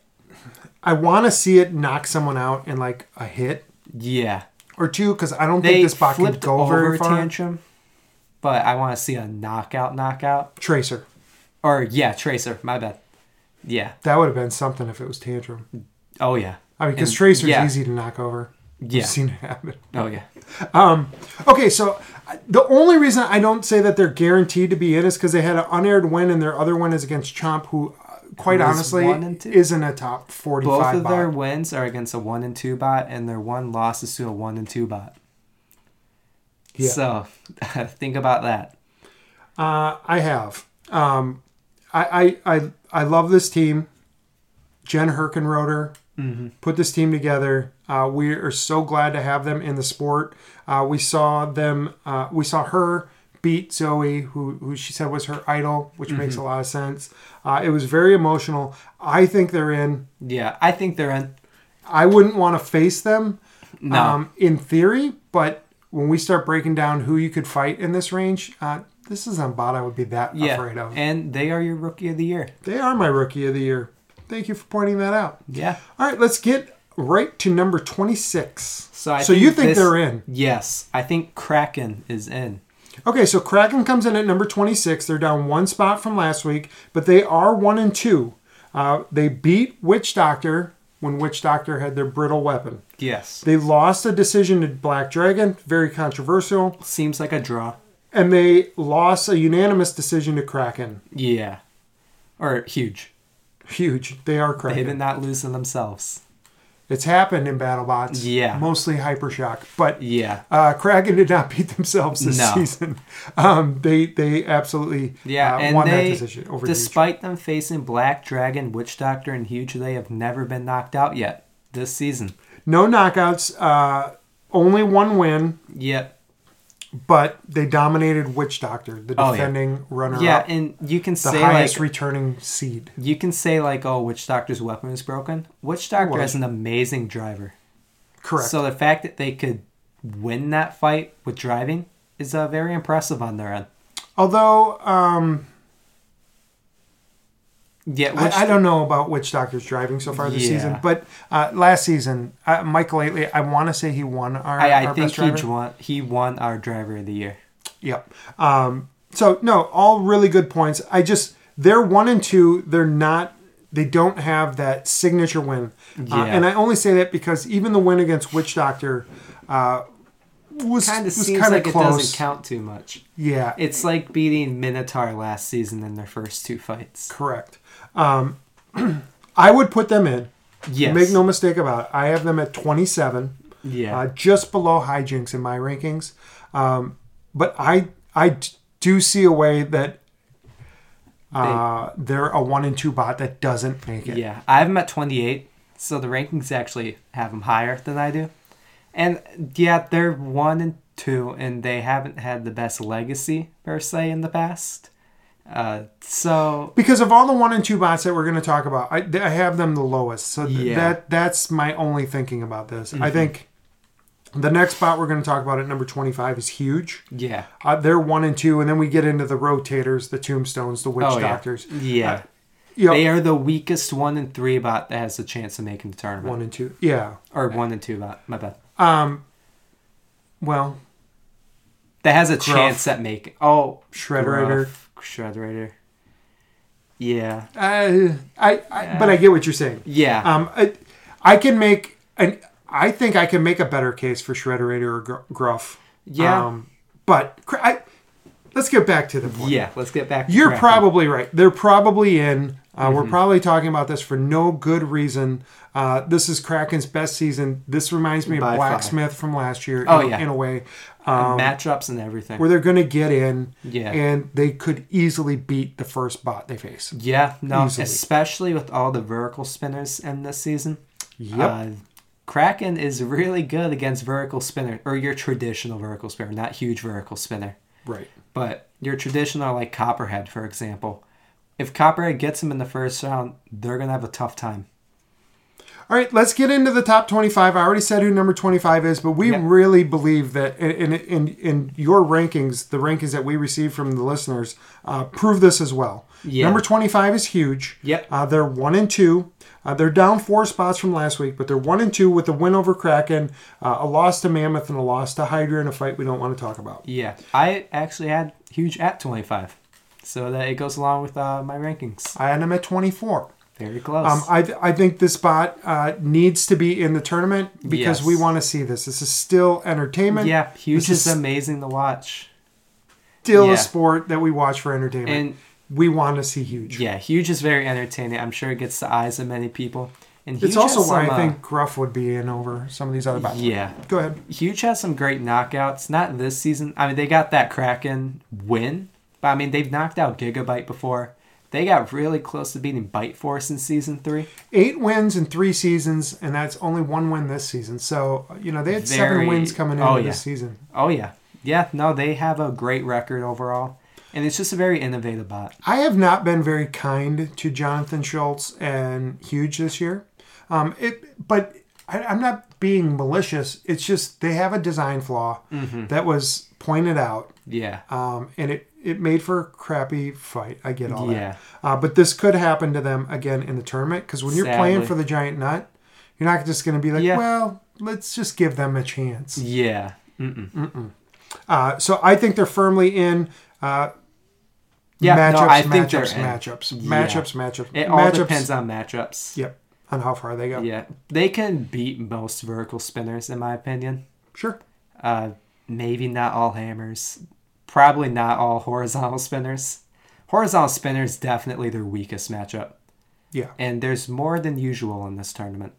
A: I want to see it knock someone out in like a hit
B: Yeah,
A: or two because I don't
B: they
A: think this bot can
B: flipped
A: go
B: over
A: very far.
B: tantrum, but I want to see a knockout, knockout,
A: Tracer.
B: or yeah, tracer. My bad. Yeah.
A: That would have been something if it was tantrum.
B: Oh yeah.
A: I mean, because
B: And-
A: Tracer's
B: yeah.
A: easy to knock over.
B: Yeah.
A: I've seen it happen.
B: Oh yeah.
A: Um, okay, so I- the only reason I don't say that they're guaranteed to be in is because they had an unaired win, and their other one is against Chomp, who, uh, quite
B: Who is
A: honestly,
B: one and two.
A: isn't a top
B: Both
A: forty-five.
B: of their
A: bot.
B: wins are against a one and two bot, and their one loss is to a one and two bot.
A: Yeah.
B: So think about that.
A: Uh, I have. Um, I, I I I love this team. Jen Herkenroder
B: Mm-hmm.
A: put this team together. Uh, we are so glad to have them in the sport. Uh, we saw them. Uh, we saw her beat Zoe, who who she said was her idol, which makes
B: Mm-hmm.
A: a lot of sense. Uh, it was very emotional. I think they're in.
B: Yeah, I think they're in.
A: I wouldn't want to face them. um,
B: No.
A: in theory, but when we start breaking down who you could fight in this range, uh, this is a bot I would be that
B: yeah,
A: afraid of.
B: And they are your rookie of the year.
A: They are my rookie of the year. Thank you for pointing that out.
B: Yeah.
A: All right, let's get right to number 26.
B: So I
A: you think
B: this-
A: they're in.
B: Yes, I think Kraken is in.
A: Okay, so Kraken comes in at number 26. They're down one spot from last week, but they are 1 and 2. Uh, they beat Witch Doctor when Witch Doctor had their brittle weapon.
B: Yes.
A: They lost a decision to Black Dragon, very controversial,
B: Seems like a draw.
A: and they lost a unanimous decision to Kraken.
B: Yeah. Or huge.
A: Huge. They are Kraken.
B: They did not lose to themselves.
A: It's happened in BattleBots.
B: Yeah.
A: Mostly Hypershock. But
B: Yeah.
A: uh, Kraken did not beat themselves this
B: No.
A: season. Um, they they absolutely
B: Yeah,
A: uh,
B: and
A: won
B: they,
A: that decision over Huge.
B: despite them facing Black Dragon, Witch Doctor, and Huge, they have never been knocked out yet this season.
A: No knockouts, uh, only one win,
B: Yep.
A: but they dominated Witch Doctor, the
B: Oh, yeah.
A: defending runner
B: Yeah,
A: up,
B: and you can
A: Uh, the
B: say
A: highest
B: like
A: returning seed.
B: you can say like, oh, Witch Doctor's weapon is broken. Witch Doctor
A: was.
B: has an amazing driver.
A: Correct.
B: So the fact that they could win that fight with driving is uh, very impressive on their end.
A: Although um,
B: Yeah, which,
A: I, I don't know about Witch Doctor's driving so far this
B: Yeah.
A: season, but uh, last season, uh, Mike Lately, I want to say he won our.
B: I, I
A: our
B: think
A: best driver.
B: he won. He won our driver of the year.
A: Yep. Um, so no, all really good points. I just they're one and two. They're not. They don't have that signature win. Uh,
B: Yeah.
A: and I only say that because even the win against Witch Doctor uh, was
B: Kind of
A: was
B: seems
A: kind
B: like
A: of
B: it
A: close.
B: doesn't count too much.
A: Yeah,
B: It's like beating Minotaur last season in their first two fights.
A: correct. Um, I would put them in.
B: Yes.
A: Make no mistake about it. I have them at twenty-seven.
B: Yeah.
A: uh, just below hijinks in my rankings. Um, but I I d- do see a way that uh, they're a one and two bot that doesn't make it.
B: yeah. I have him at 28. So the rankings actually have them higher than I do. And yeah, they're one and two, and they haven't had the best legacy per se in the past. Uh, so
A: Because of all the one and two bots that we're going to talk about, I, I have them the lowest. So th-
B: Yeah. Mm-hmm.
A: that that's my only thinking about this. I think the next bot we're going to talk about at number twenty five is huge.
B: yeah,
A: Uh, they're one and two, and then we get into the rotators, the tombstones, the witch
B: Oh, yeah.
A: doctors. Uh,
B: yeah,
A: Yeah,
B: they are the weakest one and three bot that has a chance of making the tournament,
A: one and two. Yeah.
B: or one and two bot. My bad.
A: Um. Well,
B: That has a chance at making. Oh,
A: Shredderator.
B: Gruff, Shredderator. Yeah,
A: I, Uh, I, I but I get what you're saying.
B: yeah.
A: Um, I, I can make an. I think I can make a better case for Shredderator or Gr- Gruff.
B: Yeah.
A: Um, but cr- I, let's get back to the point.
B: Yeah, let's get back. To
A: Uh, You're
B: crafting.
A: probably right. They're probably in. Uh,
B: Mm-hmm.
A: We're probably talking about this for no good reason. Uh, this is Kraken's best season. This reminds me of
B: By far.
A: Blacksmith from last year.
B: Oh,
A: in,
B: yeah.
A: in a way, uh, um,
B: matchups and everything.
A: where they're going to get in,
B: Yeah.
A: and they could easily beat the first bot they face.
B: Yeah, no,
A: Easily.
B: especially with all the vertical spinners in this season.
A: Yep.
B: Uh, Kraken is really good against vertical spinner or your traditional vertical spinner, not huge vertical spinner,
A: Right.
B: but your traditional like Copperhead, for example. If Copperhead gets him in the first round, they're gonna have a tough time.
A: All right, let's get into the top 25. I already said who number 25 is, but we
B: Yeah.
A: really believe that in, in, in, in your rankings, the rankings that we receive from the listeners, uh, prove this as well.
B: Yeah.
A: Number 25 is huge.
B: Yep.
A: Uh, they're one and two. Uh, they're down four spots from last week, but they're one and two with a win over Kraken, uh, a loss to Mammoth, and a loss to Hydra in a fight we don't want to talk about.
B: Yeah, I actually had huge at twenty five, so that it goes along with uh, my rankings.
A: I had them at 24.
B: Very close.
A: Um, I, I think this spot uh, needs to be in the tournament because
B: Yes.
A: we want to see this. This is still entertainment.
B: yeah, huge
A: This
B: is amazing to watch.
A: still
B: Yeah.
A: a sport that we watch for entertainment. we want to see huge.
B: Yeah, Huge is very entertaining. I'm sure it gets the eyes of many people. And Huge
A: it's also
B: has
A: why
B: some,
A: I
B: uh,
A: think Gruff would be in over some of these other battles.
B: Yeah.
A: Go ahead.
B: Huge has some great knockouts. Not this season. I mean, they got that Kraken win, but I mean, they've knocked out Gigabyte before. They got really close to beating Bite Force in season three.
A: Eight wins in three seasons, and that's only one win this season. So you know they had seven
B: Very-
A: wins coming into
B: oh, yeah.
A: this season.
B: Oh, yeah. Yeah, no, they have a great record overall. And it's just a very innovative bot.
A: I have not been very kind to Jonathan Schultz and Huge this year. Um, it, but I, I'm not being malicious. It's just they have a design flaw
B: Mm-hmm.
A: that was pointed out
B: Yeah.
A: um, and it it made for a crappy fight. I get all
B: Yeah.
A: that, uh, but this could happen to them again in the tournament because when you're playing
B: Sadly.
A: for the giant nut, you're not just going to be like,
B: Yeah.
A: well, let's just give them a chance.
B: Yeah.
A: Uh, so I think they're firmly in. Uh,
B: Yeah,
A: matchups,
B: no, I
A: matchups,
B: think they're in.
A: matchups,
B: Yeah.
A: matchups, matchups.
B: It all
A: matchups.
B: depends on matchups.
A: Yep, on how far they go.
B: Yeah. They can beat most vertical spinners, in my opinion.
A: Sure.
B: Uh, maybe not all hammers. Probably not all horizontal spinners. Horizontal spinners definitely their weakest matchup,
A: Yeah.
B: and there's more than usual in this tournament.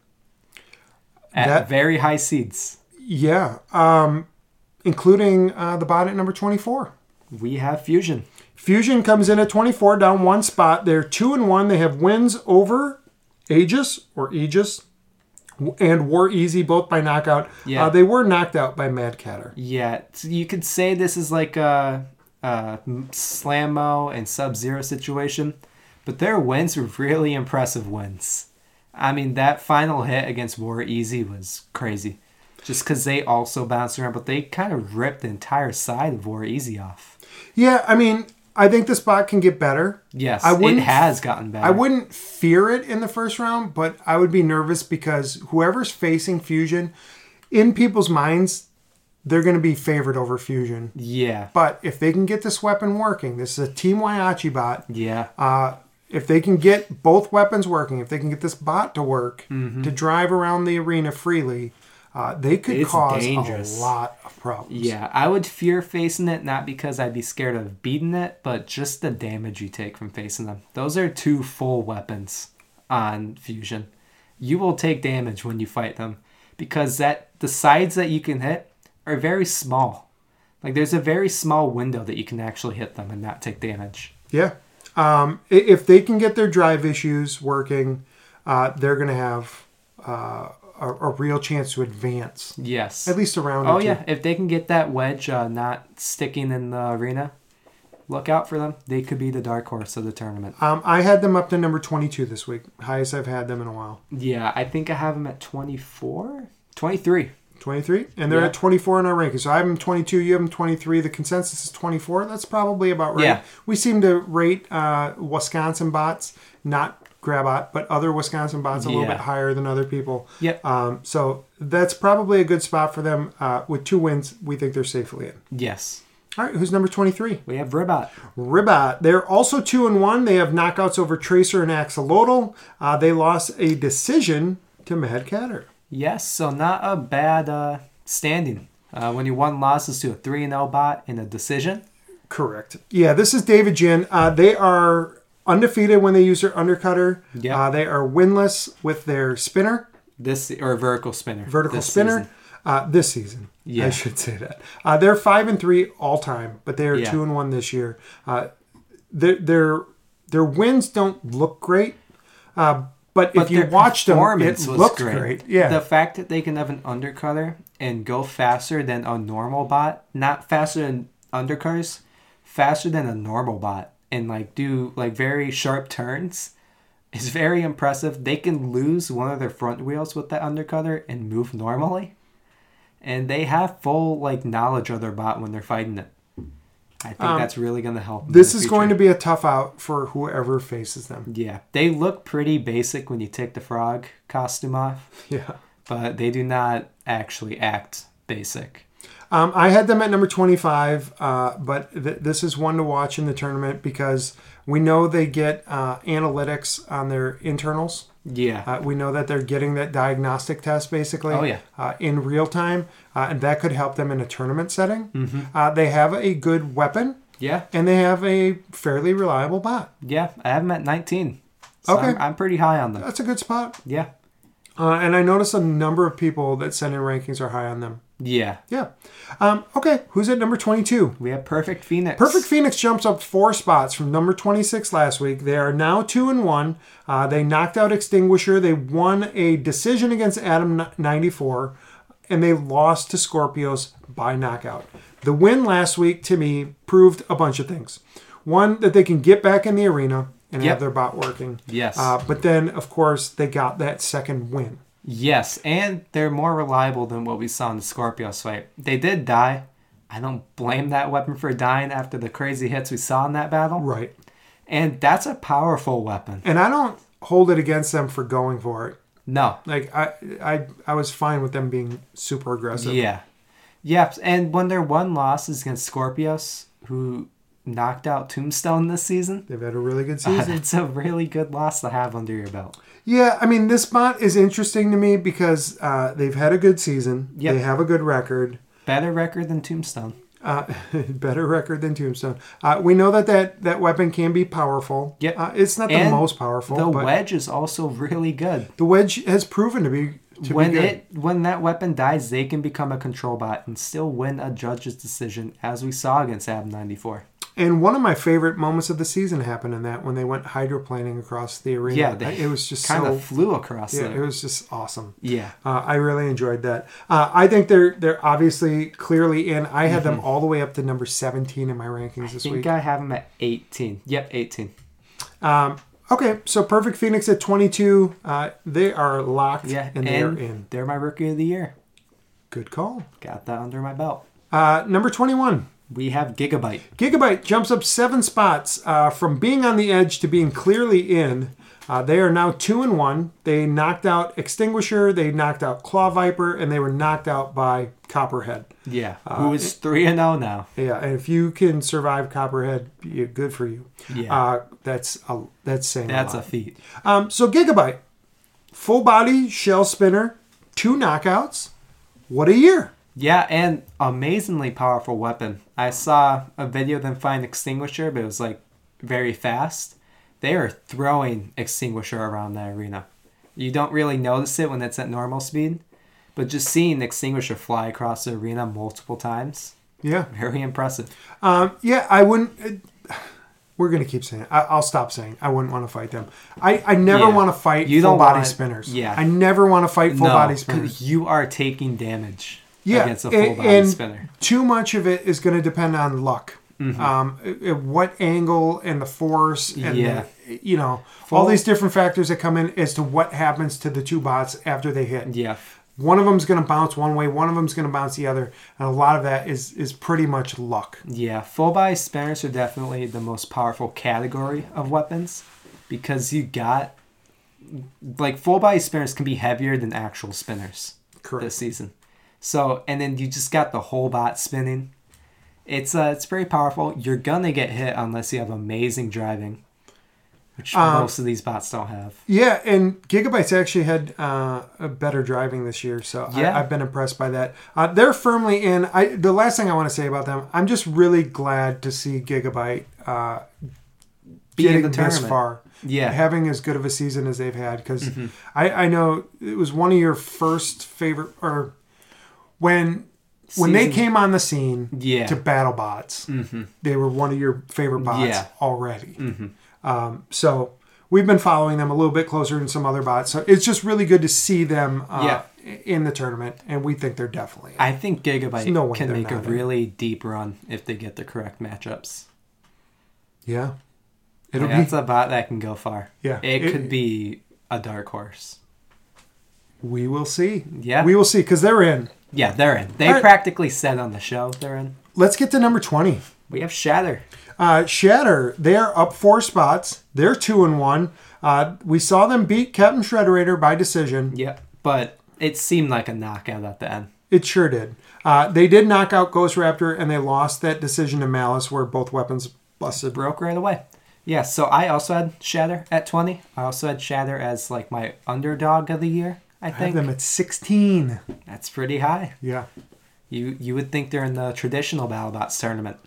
B: At
A: That-
B: very high seeds,
A: Yeah. Um, including uh, the bot at number twenty-four.
B: we have fusion.
A: Fusion comes in at 24, down one spot. They're two and one. They have wins over Aegis or Aegis and War Easy, both by knockout.
B: Yeah.
A: Uh, they were knocked out by Mad Catter.
B: Yeah, so you could say this is like a, a Slammo and Sub Zero situation, but their wins were really impressive wins. I mean, that final hit against War Easy was crazy. Just because they also bounced around, but they kind of ripped the entire side of War Easy off.
A: Yeah, I mean, I think the spot can get better.
B: Yes,
A: I
B: it
A: wouldn't-
B: has gotten better.
A: I wouldn't fear it in the first round, but I would be nervous because whoever's facing Fusion, in people's minds, they're going to be favored over Fusion.
B: Yeah,
A: But if they can get this weapon working, this is a Team Waiachi bot.
B: yeah,
A: Uh, if they can get both weapons working, if they can get this bot to work
B: Mm-hmm.
A: to drive around the arena freely, uh, they could
B: It's
A: cause
B: dangerous.
A: a lot of problems.
B: yeah. I would fear facing it, not because I'd be scared of beating it, but just the damage you take from facing them. Those are two full weapons on fusion. You will take damage when you fight them because that the sides that you can hit are very small. Like there's a very small window that you can actually hit them and not take damage.
A: yeah. Um, i- if they can get their drive issues working, uh, they're going to have uh, a, a real chance to advance,
B: Yes.
A: at least around.
B: Oh yeah, if they can get that wedge uh, not sticking in the arena, look out for them. They could be the dark horse of the tournament.
A: Um, I had them up to number 22 this week, highest I've had them in a while.
B: Yeah, I think I have them at 24, 23.
A: 23, and they're
B: Yeah.
A: at 24 in our ranking. So I have them 22, you have them 23. The consensus is 24. That's probably about right.
B: Yeah.
A: We seem to rate uh, Wisconsin bots, not Grabot, but other Wisconsin bots a little
B: Yeah.
A: bit higher than other people.
B: Yep.
A: Um, so that's probably a good spot for them. Uh, with two wins, we think they're safely in.
B: Yes.
A: All right, who's number 23?
B: We have Ribot.
A: Ribot. They're also two and one. They have knockouts over Tracer and Axolotl. Uh, they lost a decision to Mad Catter.
B: Yes, so not a bad uh, standing. Uh, when you won losses to a 3 and 0 bot in a decision.
A: Correct. Yeah, this is David Jin. Uh, they are undefeated when they use their undercutter.
B: Yeah.
A: Uh, they are winless with their spinner,
B: This or vertical spinner.
A: vertical
B: this
A: spinner.
B: season.
A: Uh, this season, I
B: Yeah.
A: should say that. Uh, they're five and three all time, but they are
B: Yeah.
A: two and one this year. Uh, their their their wins don't look great, uh, but, if
B: But
A: you
B: their
A: watch them, it
B: performance was
A: looks great. Yeah,
B: The fact that they can have an undercutter and go faster than a normal bot, not faster than undercutters, faster than a normal bot, and like do like very sharp turns is very impressive. They can lose one of their front wheels with that undercutter and move normally. And they have full like knowledge of their bot when they're fighting it. I think that's really gonna help. them in
A: Um, this
B: the
A: is
B: future.
A: going to be a tough out for whoever faces them.
B: Yeah. They look pretty basic when you take the frog costume off.
A: Yeah.
B: but they do not actually act basic.
A: Um, I had them at number 25, uh, but th- this is one to watch in the tournament because we know they get uh, analytics on their internals.
B: Yeah.
A: Uh, we know that they're getting that diagnostic test basically
B: Oh, yeah.
A: uh, in real time, uh, and that could help them in a tournament setting.
B: Mm-hmm.
A: Uh, they have a good weapon
B: yeah.
A: and they have a fairly reliable bot.
B: Yeah. I have them at 19. So
A: Okay.
B: I'm, I'm pretty high on them.
A: That's a good spot.
B: Yeah.
A: Uh, and I noticed a number of people that send in rankings are high on them.
B: Yeah.
A: Yeah. Um, okay, who's at number 22?
B: We have Perfect Phoenix.
A: Perfect Phoenix jumps up four spots from number 26 last week. They are now two and one. Uh, they knocked out Extinguisher. They won a decision against Adam N- 94, and they lost to Scorpios by knockout. The win last week to me proved a bunch of things. One that they can get back in the arena and
B: Yep.
A: have their bot working.
B: Yes.
A: Uh, but then, of course, they got that second win.
B: Yes. And they're more reliable than what we saw in the Scorpios fight. They did die. I don't blame that weapon for dying after the crazy hits we saw in that battle.
A: Right.
B: And that's a powerful weapon.
A: And I don't hold it against them for going for it.
B: No.
A: Like I, I, I was fine with them being super aggressive.
B: Yeah. Yep. And when their one loss is against Scorpios, who knocked out Tombstone this season,
A: They've had a really good
B: Uh,
A: season.
B: that's a really good loss to have under your belt.
A: yeah, I mean, this spot is interesting to me because uh, they've had a good season.
B: Yep.
A: They have a good record,
B: Better record than Tombstone.
A: uh, better record than Tombstone. Uh, we know that, that that weapon can be powerful.
B: Yep.
A: Uh, it's not the
B: And
A: most powerful,
B: the
A: but
B: wedge is also really good.
A: the wedge has proven to be to
B: when
A: be good.
B: it when that weapon dies, they can become a control bot and still win a judge's decision, as we saw against Ab ninety four.
A: and one of my favorite moments of the season happened in that when they went hydroplaning across the arena.
B: Yeah, they
A: I- it was just
B: Kind
A: so
B: of flew across
A: yeah, it
B: there.
A: was just awesome.
B: Yeah.
A: Uh, I really enjoyed that. Uh, I think they're they're obviously clearly in. I had them all the way up to number seventeen in my rankings
B: Mm-hmm. I
A: this
B: think
A: week.
B: I have him at eighteen. Yep, eighteen.
A: Um, okay, so Perfect Phoenix at twenty two. Uh, they are locked
B: Yeah,
A: and they are in.
B: they're my rookie of the year.
A: Good call.
B: Got that under my belt.
A: Uh, number twenty one.
B: We have Gigabyte.
A: Gigabyte jumps up seven spots uh, from being on the edge to being clearly in. Uh, they are now two and one. They knocked out Extinguisher, they knocked out Claw Viper, and they were knocked out by Copperhead.
B: Yeah,
A: Uh,
B: who is three and zero now?
A: Yeah, and if you can survive Copperhead, you good for you.
B: Yeah.
A: uh, that's a that's saying
B: That's
A: a
B: a
A: lot.
B: feat.
A: um. So Gigabyte, full body shell spinner, two knockouts. What a year!
B: Yeah, and amazingly powerful weapon. I saw a video of them find extinguisher, but it was like very fast. They are throwing extinguisher around that arena. You don't really notice it when it's at normal speed, but just seeing extinguisher fly across the arena multiple times,
A: Yeah,
B: very impressive.
A: um, yeah. I wouldn't. We're gonna keep saying. It. I, I'll stop saying. I wouldn't want to fight them. I, I never
B: Yeah.
A: want to fight
B: You
A: full
B: don't
A: body
B: want-
A: spinners.
B: yeah.
A: I never want to fight full
B: no,
A: body
B: 'cause
A: spinners.
B: you are taking damage
A: Yeah,
B: against a full
A: and-
B: body
A: and
B: spinner. Mm-hmm.
A: Too much of it is going to depend on luck. Um, i- i- what angle and the force and
B: Yeah.
A: the, you know all
B: Full-
A: these different factors that come in as to what happens to the two bots after they hit.
B: Yeah.
A: One of them's going to bounce one way, one of them's going to bounce the other, and a lot of that is is pretty much luck.
B: Yeah, full body spinners are definitely the most powerful category of weapons because you got like full body spinners can be heavier than actual spinners this
A: Correct.
B: season. So and then you just got the whole bot spinning. It's uh it's very powerful. You're gonna get hit unless you have amazing driving. Which
A: Um,
B: most of these bots don't have.
A: Yeah, and Gigabytes actually had uh, a better driving this year, so
B: Yeah.
A: I, I've been impressed by that. Uh, they're firmly in. I the last thing I want to say about them, I'm just really glad to see Gigabyte uh,
B: Be in
A: getting
B: the
A: this
B: tournament.
A: far.
B: Yeah. Mm-hmm.
A: having as good of a season as they've had because I, I know it was one of your first favorite or when when they
B: Season-
A: came on the scene
B: Yeah. Mm-hmm.
A: to battle bots they were one of your favorite bots
B: Yeah. Mm-hmm.
A: already um, so we've been following them a little bit closer than some other bots so it's just really good to see them uh, in the tournament and we think they're definitely in.
B: I think Gigabyte
A: no way
B: can
A: they're
B: make a
A: not in.
B: really deep run if they get the correct matchups.
A: yeah it'll
B: Yeah,
A: be
B: it's a bot that can go far.
A: Yeah.
B: It,
A: It-
B: could be a dark horse.
A: we will see
B: Yeah.
A: we will see because they're in
B: Yeah, they're in. They
A: Alright.
B: practically said on the show they're in.
A: let's get to number 20
B: We have Shatter.
A: Uh, Shatter, they are up four spots. They're two and one. Uh, we saw them beat Captain Shredderator by decision.
B: Yep. But it seemed like a knockout at the end.
A: It sure did. Uh, they did knock out Ghost Raptor and they lost that decision to Malice, where both weapons busted.
B: Broke right away. Yeah, so I also had Shatter at 20. I also had Shatter as like my underdog of the year, I
A: I have
B: think.
A: them at 16.
B: That's pretty high.
A: Yeah.
B: You you would think they're in the traditional BattleBots tournament.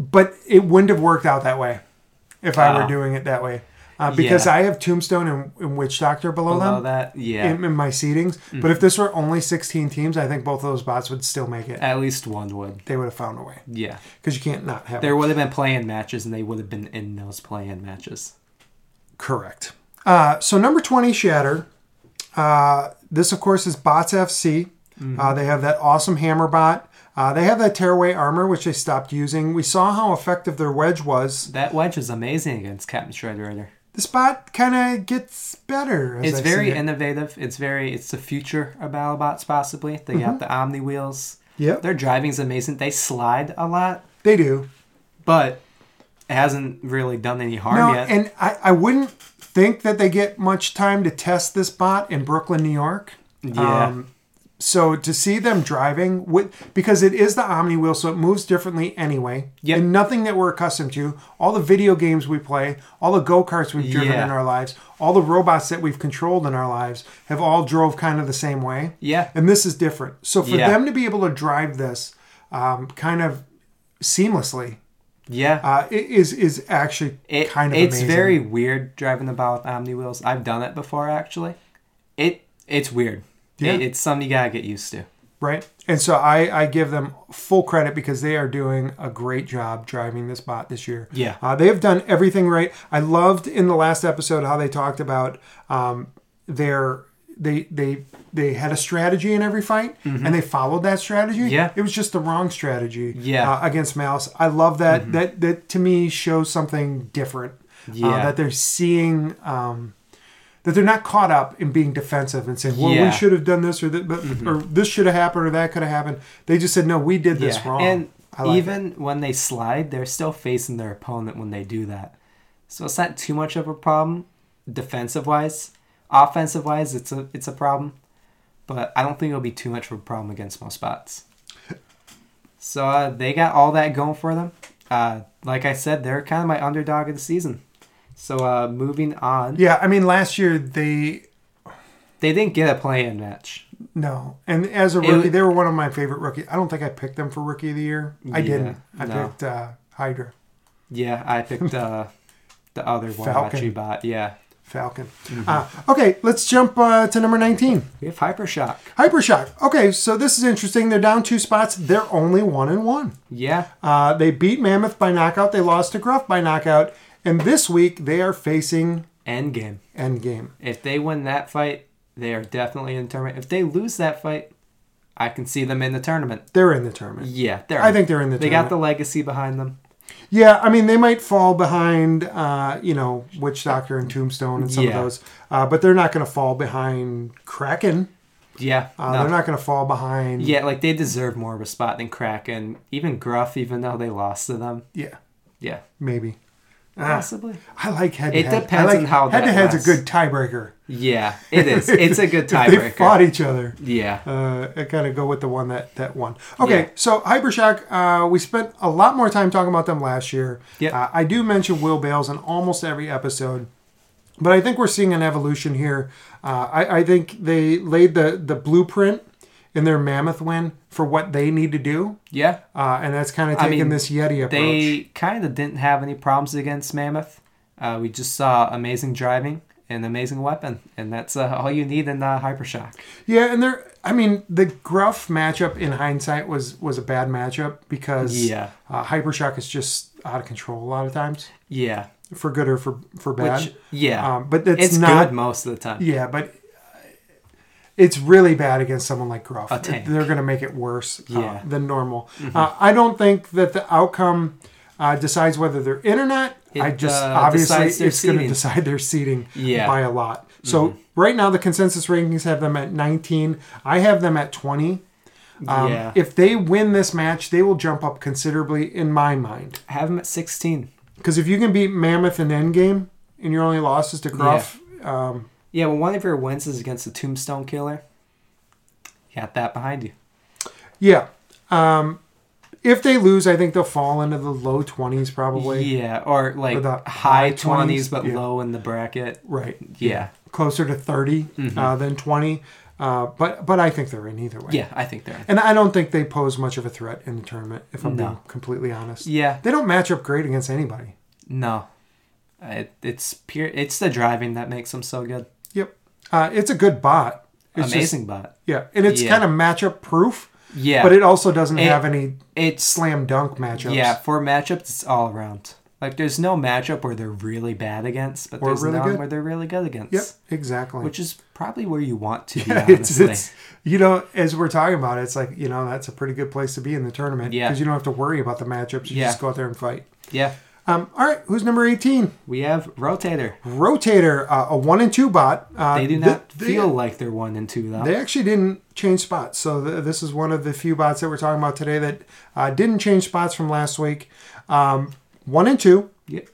A: But it wouldn't have worked out that way if I
B: Oh.
A: were doing it that way. Uh, because
B: Yeah.
A: I have Tombstone and, and Witch Doctor below,
B: Below
A: them
B: that, yeah. Mm-hmm.
A: in, in my seedings. But if this were only 16 teams, I think both of those bots would still make it.
B: At least one would.
A: They would have found a way.
B: Yeah.
A: Because you can't not have
B: There would have been play-in matches and they would have been in those play-in matches.
A: Correct. Uh, so number 20, Shatter. Uh, this, of course, is Bots FC.
B: Mm-hmm.
A: Uh, they have that awesome hammer bot. Uh, they have that tearaway armor, which they stopped using. We saw how effective their wedge was.
B: That wedge was amazing against Captain Shredderator.
A: This bot kind of gets better. As
B: It's
A: I
B: very
A: see it.
B: innovative. It's very it's the future of BattleBots possibly. They got the Omni wheels.
A: Mm-hmm. Yep.
B: Their driving's amazing. They slide a lot,
A: They do.
B: but it hasn't really done any harm
A: No,
B: yet.
A: and I, I wouldn't think that they get much time to test this bot in Brooklyn, New York. Um,
B: Yeah.
A: so to see them driving with because it is the Omni wheel, so it moves differently anyway.
B: Yep.
A: And nothing that we're accustomed to. All the video games we play, all the go karts we've driven
B: Yeah.
A: in our lives, all the robots that we've controlled in our lives have all drove kind of the same way.
B: Yeah.
A: And this is different. So for
B: Yeah.
A: them to be able to drive this, um, kind of seamlessly,
B: yeah.
A: uh, i- is is actually
B: it,
A: kind of
B: it's
A: amazing.
B: very weird driving the bot with Omni wheels. I've done it before actually. It it's weird.
A: Yeah.
B: It, it's something you gotta get used to.
A: right and so I, I give them full credit because they are doing a great job driving this bot this year
B: Yeah.
A: uh, they have done everything right i loved in the last episode how they talked about um, their they they they had a strategy in every fight and they followed that strategy
B: Mm-hmm. Yeah.
A: it was just the wrong strategy
B: Yeah. Mm-hmm.
A: uh, against mouse i love that that that to me shows something different uh,
B: Yeah.
A: that they're seeing um, that they're not caught up in being defensive and saying, "Well,
B: Yeah. Mm-hmm.
A: we should have done this or that, but, or this should have happened or that could have happened." They just said, "No, we did this
B: Yeah,
A: wrong."
B: And
A: I like it.
B: even when they slide, they're still facing their opponent when they do that. So it's not too much of a problem defensive wise. Offensive wise, it's a it's a problem, but I don't think it'll be too much of a problem against most spots. So uh, they got all that going for them. Uh, like I said, they're kind of my underdog of the season. So uh, moving on,
A: yeah, I mean, last year they
B: they didn't get a play-in match.
A: no, and as a
B: wa-
A: rookie, they were one of my favorite rookies. I don't think I picked them for rookie of the year. I
B: Yeah,
A: didn't. I
B: no.
A: picked uh, Hydra.
B: Yeah, I picked uh, the other one,
A: Falcon.
B: Bot. Yeah,
A: Falcon.
B: Mm-hmm.
A: Uh, okay, let's jump uh, to number 19.
B: We have Hypershock.
A: Hypershock. Okay, so this is interesting. They're down two spots. They're only one and one.
B: Yeah.
A: Uh, they beat Mammoth by knockout. They lost to Gruff by knockout. And this week they are facing
B: Endgame.
A: Endgame.
B: If they win that fight, they are definitely in the tournament. If they lose that fight, I can see them in the tournament.
A: They're in the tournament.
B: Yeah, they're.
A: I think they're in the
B: They
A: tournament.
B: got the legacy behind them.
A: Yeah, I mean they might fall behind, uh, you know, Witch Doctor and Tombstone and some
B: Yeah.
A: of those, uh, but they're not going to fall behind Kraken.
B: Yeah.
A: Uh,
B: no.
A: They're not going to fall behind.
B: Yeah, like they deserve more of a spot than Kraken. Even Gruff, even though they lost to them.
A: yeah,
B: Yeah.
A: maybe. Ah.
B: Possibly.
A: I like head. to
B: It
A: head.
B: depends
A: I like,
B: on how
A: head
B: that
A: to head's a
B: was.
A: good tiebreaker.
B: Yeah, it is. It's a good
A: If They
B: tiebreaker.
A: fought each other.
B: Yeah.
A: Uh, I gotta go with the one that that won. Okay,
B: Yeah.
A: so Hypershock, uh, we spent a lot more time talking about them last year.
B: Yep.
A: Uh, I do mention Will Bales in almost every episode, but I think we're seeing an evolution here. Uh, I, I think they laid the the blueprint in their mammoth win for what they need to do,
B: Yeah.
A: uh, and that's kind of
B: I
A: taking
B: mean,
A: this Yeti approach.
B: They kind of didn't have any problems against Mammoth. Uh, we just saw amazing driving and amazing weapon, and that's uh, all you need in uh, Hypershock.
A: Yeah, and they're. I mean, the gruff matchup in hindsight was was a bad matchup because
B: Yeah.
A: uh, Hypershock is just out of control a lot of times.
B: Yeah.
A: for good or for for bad.
B: Which, yeah.
A: um, but that's
B: it's
A: not
B: good most of the time.
A: yeah, but it's really bad against someone like Gruff.
B: A tank.
A: They're going to make it worse uh,
B: Yeah. Mm-hmm.
A: than normal. Uh, I don't think that the outcome uh, decides whether they're in or not. I
B: It,
A: just
B: uh,
A: obviously
B: decides their
A: it's going to
B: seeding.
A: decide their seeding
B: Yeah. Mm-hmm.
A: by a lot. So right now the consensus rankings have them at 19. I have them at 20. Um,
B: Yeah.
A: If they win this match, they will jump up considerably in my mind.
B: Have him at 16.
A: Because if you can beat Mammoth in Endgame and your only loss is to Gruff, um,
B: Yeah, well, one of your wins is against the Tombstone Killer. You got that behind you.
A: yeah. Um, if they lose, I think they'll fall into the low 20s probably.
B: Yeah, or like
A: Or the high
B: high
A: 20s,
B: 20s, but
A: yeah.
B: low in the bracket.
A: Right.
B: Yeah. Mm-hmm.
A: Closer to 30 uh, than 20. Uh, but but I think they're in either way.
B: Yeah, I think they're.
A: And I don't think they pose much of a threat in the tournament, if I'm
B: No.
A: being completely honest.
B: Yeah,
A: They don't match up great against anybody.
B: no. It, it's pure. It's the driving that makes them so good.
A: Yep. Uh, it's a good bot. It's
B: Amazing bot.
A: Just, yeah. And it's
B: Yeah.
A: kind of matchup proof,
B: Yeah,
A: but it also doesn't
B: It-
A: have any
B: it's
A: slam dunk matchups.
B: yeah for matchups. It's all around. Like there's no matchup where they're really bad against, but
A: Or
B: there's
A: really
B: none
A: good.
B: where they're really good against.
A: Yep. Exactly.
B: Which is probably where you want to be.
A: it's,
B: honestly.
A: it's you know as we're talking about it, it's like you know that's a pretty good place to be in the tournament
B: Yeah.
A: because you don't have to worry about the matchups. You
B: Yeah.
A: just go out there and fight.
B: yeah,
A: Um, all right, who's number eighteen?
B: we have rotator.
A: Rotator, uh, a one and two bot. Uh,
B: They do
A: th-
B: not
A: they-
B: feel like they're one and two though.
A: They actually didn't change spots, so th- this is one of the few bots that we're talking about today that uh, didn't change spots from last week. Um, one and two,
B: Yep.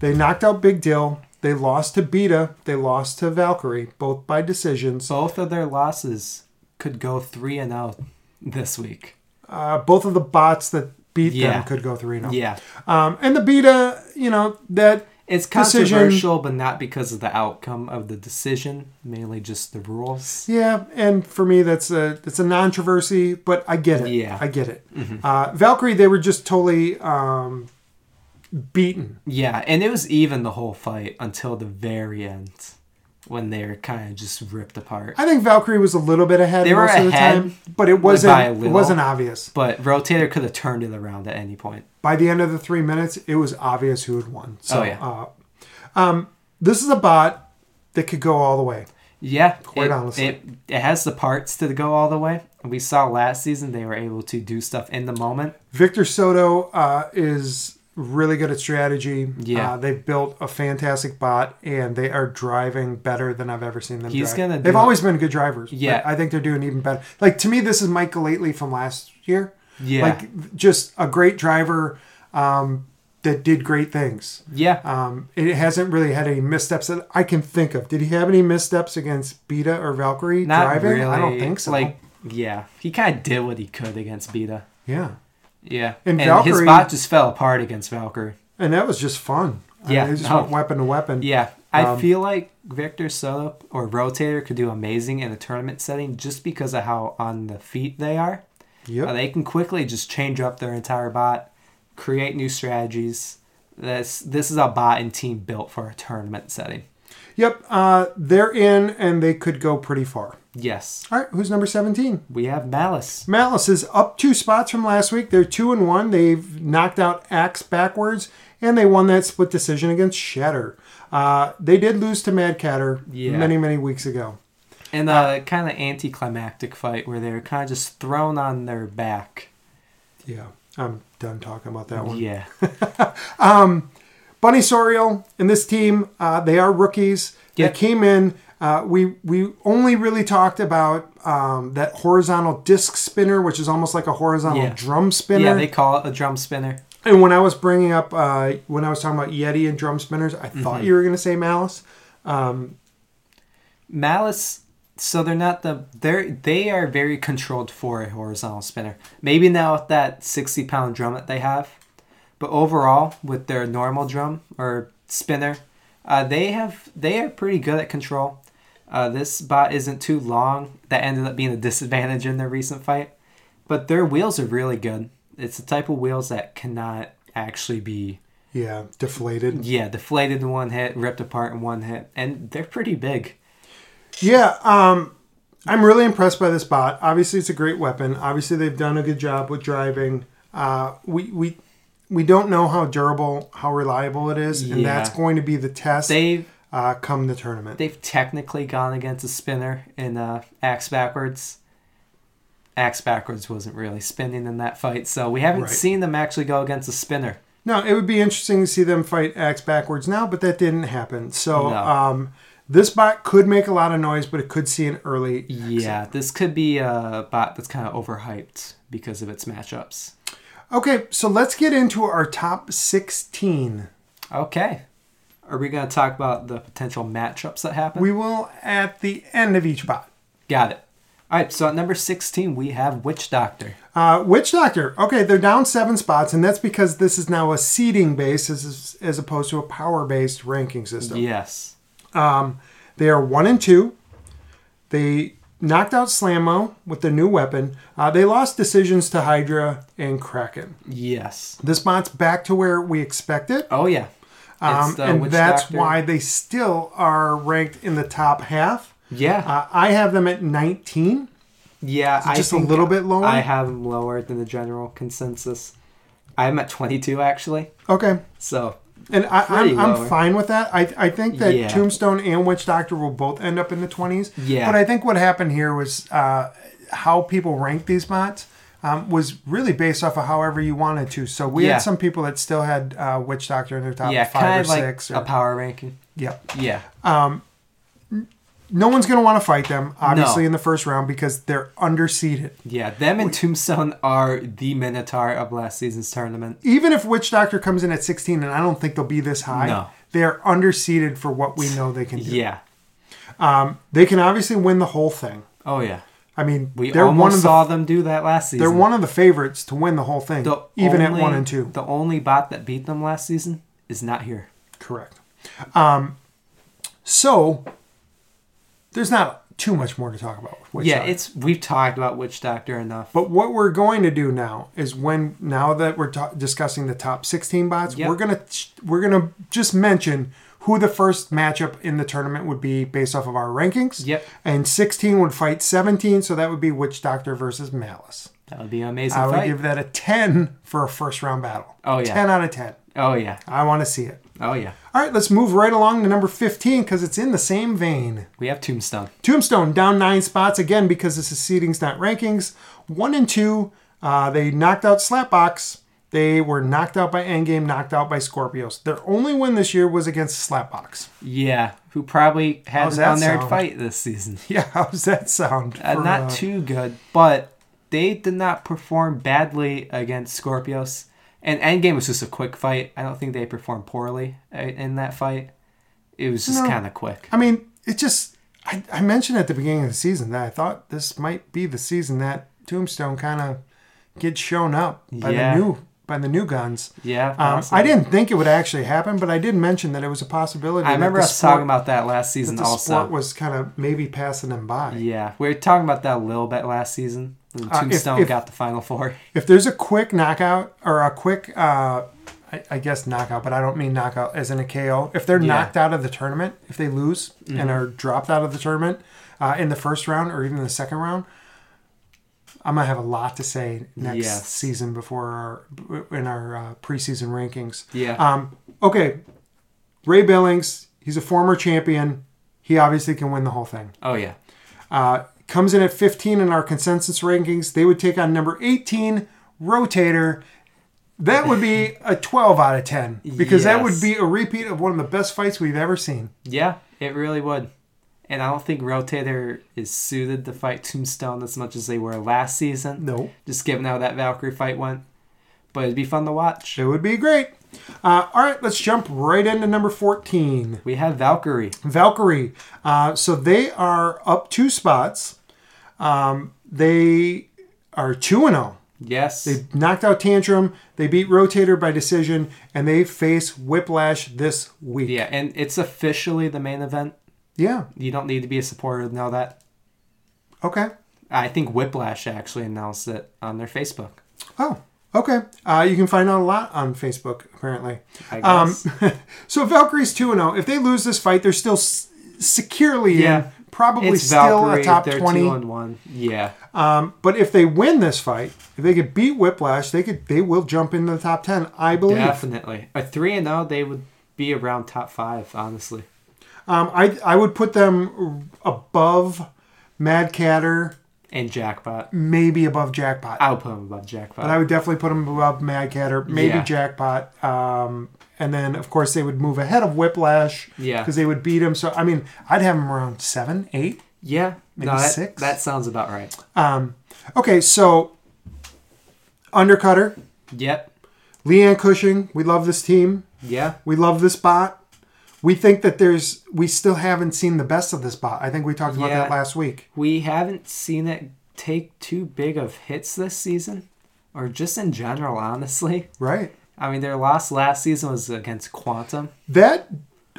A: they knocked out Big Dill. They lost to Beta. They lost to Valkyrie, both by decisions.
B: Both of their losses could go three and out this week.
A: Uh, both of the bots that beat
B: Yeah.
A: them could go three and oh.
B: Yeah,
A: Um, and the beta, you know, that
B: It's
A: Decision.
B: controversial, but not because of the outcome of the decision, mainly just the rules.
A: yeah, and for me that's a it's a non-controversy, but I get it.
B: Yeah. Mm-hmm.
A: I get it. Uh, Valkyrie, they were just totally um, beaten.
B: Yeah, and it was even the whole fight until the very end when they were kind of just ripped apart.
A: I think Valkyrie was a little bit ahead
B: They were
A: most of the
B: ahead
A: time, but it wasn't
B: by a
A: it
B: little.
A: wasn't obvious.
B: But Rotator could have turned it around at any point.
A: By the end of the three minutes, it was obvious who had won. So
B: Oh, yeah.
A: uh, um, this is a bot that could go all the way.
B: Yeah,
A: Quite
B: it,
A: honestly.
B: it, it has the parts to go all the way. We saw last season they were able to do stuff in the moment.
A: Victor Soto uh, is really good at strategy.
B: Yeah.
A: uh, they've built a fantastic bot, and they are driving better than I've ever seen them.
B: He's
A: drive.
B: gonna
A: They've
B: do-
A: always been good drivers. but
B: Yeah.
A: I think they're doing even better. Like to me, this is Mike Lately from last year.
B: Yeah.
A: like just a great driver um, that did great things.
B: Yeah,
A: Um, it hasn't really had any missteps that I can think of. Did he have any missteps against Beta or Valkyrie
B: not
A: driving?
B: really.
A: I don't think so.
B: Like, yeah, he kind of did what he could against Beta.
A: yeah.
B: Yeah,
A: And
B: and, his
A: Valkyrie-
B: bot just fell apart against Valkyrie.
A: And that was just fun. I mean,
B: Yeah,
A: they just
B: no.
A: went weapon to weapon.
B: Yeah, I
A: Um,
B: feel like Victor Soto or Rotator could do amazing in a tournament setting just because of how on the feet they are.
A: Yep.
B: Uh, they can quickly just change up their entire bot, create new strategies. This this is a bot and team built for a tournament setting.
A: Yep, uh, they're in and they could go pretty far.
B: Yes,
A: All right, who's number 17?
B: we have Malice.
A: Malice is up two spots from last week. They're two and one. They've knocked out Axe backwards, and they won that split decision against Shatter. Uh, they did lose to Mad Catter
B: Yeah.
A: many, many weeks ago.
B: And a kind of anticlimactic fight where they're kind of just thrown on their back.
A: Yeah, I'm done talking about that one.
B: Yeah.
A: Bunny Sorial and this team, uh, they are rookies.
B: Yep.
A: They came in. Uh, we we only really talked about um, that horizontal disc spinner, which is almost like a horizontal
B: Yeah.
A: drum spinner.
B: Yeah, they call it a drum spinner.
A: And when I was bringing up, uh, when I was talking about Yeti and drum spinners, I thought
B: Mm-hmm.
A: you were going to say Malice.
B: Malice. So they're not the they're they are very controlled for a horizontal spinner. Maybe now with that sixty pound drum that they have, but overall with their normal drum or spinner, uh, they have they are pretty good at control. Uh, this bot isn't too long. That ended up being a disadvantage in their recent fight, but their wheels are really good. It's the type of wheels that cannot actually be
A: Yeah, deflated.
B: yeah deflated in one hit, ripped apart in one hit, and they're pretty big.
A: Yeah, um, I'm really impressed by this bot. Obviously, it's a great weapon. Obviously, they've done a good job with driving. Uh, we we we don't know how durable, how reliable it is, and
B: Yeah.
A: that's going to be the test
B: They
A: uh, come the tournament.
B: they've technically gone against a spinner in uh, axe backwards. Axe backwards wasn't really spinning in that fight, so we haven't
A: Right.
B: seen them actually go against a spinner.
A: No, it would be interesting to see them fight axe backwards now, but that didn't happen. So
B: No.
A: um, this bot could make a lot of noise, but it could see an early
B: Yeah, this could be a bot that's kind of overhyped because of its matchups.
A: Okay, so let's get into our top 16.
B: Okay, are we gonna talk about the potential matchups that happen?
A: We will at the end of each bot.
B: Got it. All right, so at number sixteen we have Witch Doctor.
A: Uh, Witch Doctor. Okay, they're down seven spots, and that's because this is now a seeding base as, as opposed to a power based ranking system.
B: Yes.
A: They are one and two. They knocked out Slammo with the new weapon. Uh, they lost decisions to Hydra and Kraken.
B: Yes.
A: This bot's back to where we expect it.
B: Oh yeah.
A: Um,
B: It's the
A: and
B: uh, Witch
A: that's
B: Doctor.
A: why they still are ranked in the top half.
B: Yeah.
A: Uh, I have them at 19.
B: Yeah, I
A: just a
B: think
A: little bit lower?
B: I have them lower than the general consensus. I'm at 22 actually.
A: Okay.
B: So
A: And I,
B: Pretty
A: I'm, I'm
B: lower.
A: fine with that. I, I think that
B: Yeah.
A: Tombstone and Witch Doctor will both end up in the 20s.
B: Yeah.
A: But I think what happened here was uh, how people rank these bots um, was really based off of however you wanted to. So we
B: Yeah.
A: had some people that still had uh, Witch Doctor in their top
B: yeah,
A: five
B: kind
A: or
B: of like
A: six. Or,
B: a power ranking.
A: yeah.
B: Yeah,
A: No one's going to want to fight them, obviously,
B: No.
A: in the first round because they're underseeded.
B: yeah. Them and Tombstone are the Minotaur of last season's tournament.
A: even if Witch Doctor comes in at 16, and I don't think they'll be this high,
B: No.
A: they are underseeded for what we know they can do.
B: Yeah.
A: They can obviously win the whole thing.
B: Oh yeah.
A: I mean,
B: We
A: they're
B: almost
A: one of the
B: saw them do that last season.
A: they're one of the favorites to win the whole thing,
B: The
A: even
B: only-
A: at one and two.
B: The only bot that beat them last season is not here.
A: Correct. Um, so there's not too much more to talk about. With Witch
B: yeah,
A: Doctor.
B: it's we've talked about Witch Doctor enough.
A: But what we're going to do now is when now that we're ta- discussing the top 16 bots,
B: Yep.
A: we're gonna we're gonna just mention who the first matchup in the tournament would be based off of our rankings.
B: Yep.
A: And 16 would fight 17, so that would be Witch Doctor versus Malice.
B: That would be an amazing
A: I would
B: fight.
A: give that a 10 for a first round battle.
B: Oh, yeah.
A: 10 out of 10.
B: Oh yeah.
A: I want to see it.
B: Oh yeah.
A: All right, let's move right along to number 15 because it's in the same vein.
B: We have Tombstone.
A: Tombstone down nine spots again because this is seedings, not rankings. One and two, uh, they knocked out Slapbox. They were knocked out by Endgame, knocked out by Scorpios. Their only win this year was against Slapbox.
B: Yeah, who probably had
A: How's
B: it on
A: that
B: their
A: sound?
B: fight this season.
A: Yeah, how does that sound?
B: Uh,
A: for,
B: not
A: uh,
B: too good, but they did not perform badly against Scorpios. And Endgame was just a quick fight. I don't think they performed poorly uh, in that fight. It was just
A: No.
B: kind of quick.
A: I mean, it just. I, I mentioned at the beginning of the season that I thought this might be the season that Tombstone kind of gets shown up by
B: Yeah.
A: the new by the new guns.
B: Yeah,
A: Um,
B: possibly.
A: I didn't think it would actually happen, but I did mention that it was a possibility.
B: I
A: that
B: remember
A: the
B: us
A: sport-
B: talking about that last season
A: the
B: also.
A: sport was kind of maybe passing them by.
B: yeah, we were talking about that a little bit last season when
A: Uh, if-
B: Tombstone
A: if-
B: got the final four.
A: If there's a quick knockout or a quick, uh, I- I, I guess knockout, but I don't mean knockout as in a KO. If they're
B: Yeah. Mm-hmm.
A: knocked out of the tournament, if they lose and are dropped out of the tournament uh, in the first round or even the second round, I'm gonna have a lot to say next
B: Yes.
A: season before our in our uh, preseason rankings.
B: Yeah.
A: Um. Okay. Ray Billings, he's a former champion. He obviously can win the whole thing.
B: oh yeah.
A: Uh, comes in at 15 in our consensus rankings. They would take on number 18, Rotator. That would be a 12 out of 10 because that would
B: Yes.
A: be a repeat of one of the best fights we've ever seen.
B: Yeah, it really would. And I don't think Rotator is suited to fight Tombstone as much as they were last season.
A: No.
B: Just given how that Valkyrie fight went. But it'd be fun to watch.
A: It would be great. Uh, all right, let's jump right into number 14,
B: We have Valkyrie.
A: Valkyrie. Uh, so they are up two spots. Um, they are 2 and 0.
B: Yes.
A: They knocked out Tantrum. They beat Rotator by decision, and they face Whiplash this week.
B: yeah, and it's officially the main event.
A: Yeah.
B: You don't need to be a supporter to know that.
A: Okay.
B: I think Whiplash actually announced it on their Facebook.
A: Oh, okay. Uh, you can find out a lot on Facebook, apparently.
B: I
A: Um,
B: guess.
A: so Valkyrie's 2 0. If they lose this fight, they're still s- securely
B: Yeah.
A: in, probably
B: it's
A: still
B: Valkyrie.
A: a top
B: they're
A: 20.
B: two on one. Yeah.
A: Um, but if they win this fight, if they could beat Whiplash, they could they will jump into the top 10, I believe.
B: Definitely. A three and zero, they would be around top five, honestly.
A: Um, I, I would put them above Mad Catter,
B: And Jackpot.
A: maybe above Jackpot.
B: I'll put them above Jackpot.
A: But I would definitely put them above Mad Catter, maybe
B: Yeah.
A: Jackpot. Um, and then, of course, they would move ahead of Whiplash.
B: Yeah.
A: Because they would beat him. So, I mean, I'd have him around seven, eight.
B: yeah. Maybe that,
A: six?
B: That sounds about right.
A: Um, okay, so Undercutter,
B: Yep.
A: Leanne Cushing, we love this team.
B: Yeah.
A: We love this bot. We think that there's, we still haven't seen the best of this bot. I think we talked about
B: Yeah.
A: that last week.
B: We haven't seen it take too big of hits this season, or just in general, honestly.
A: Right.
B: I mean, their loss last season was against Quantum.
A: that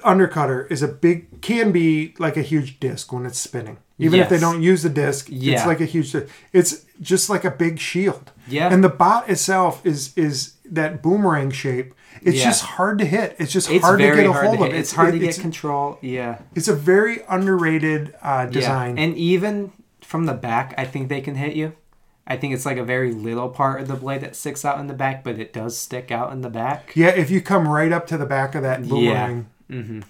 A: undercutter is a big can be like a huge disc when it's spinning even if they
B: Yes.
A: don't use the disc it's
B: Yeah.
A: like a huge di- it's just like a big shield
B: Yeah.
A: and the bot itself is is that boomerang shape it's
B: Yeah.
A: just hard to hit it's just
B: It's
A: hard to
B: very
A: get a
B: hard
A: hold
B: to
A: of
B: hit.
A: It-
B: It's hard to
A: it-
B: get
A: it's,
B: control. Yeah.
A: it's a very underrated uh, design
B: Yeah. And even from the back, I think they can hit you. I think it's like a very little part of the blade that sticks out in the back, but it does stick out in the back.
A: Yeah, if you come right up to the back of that boomerang. Yeah.
B: Mhm.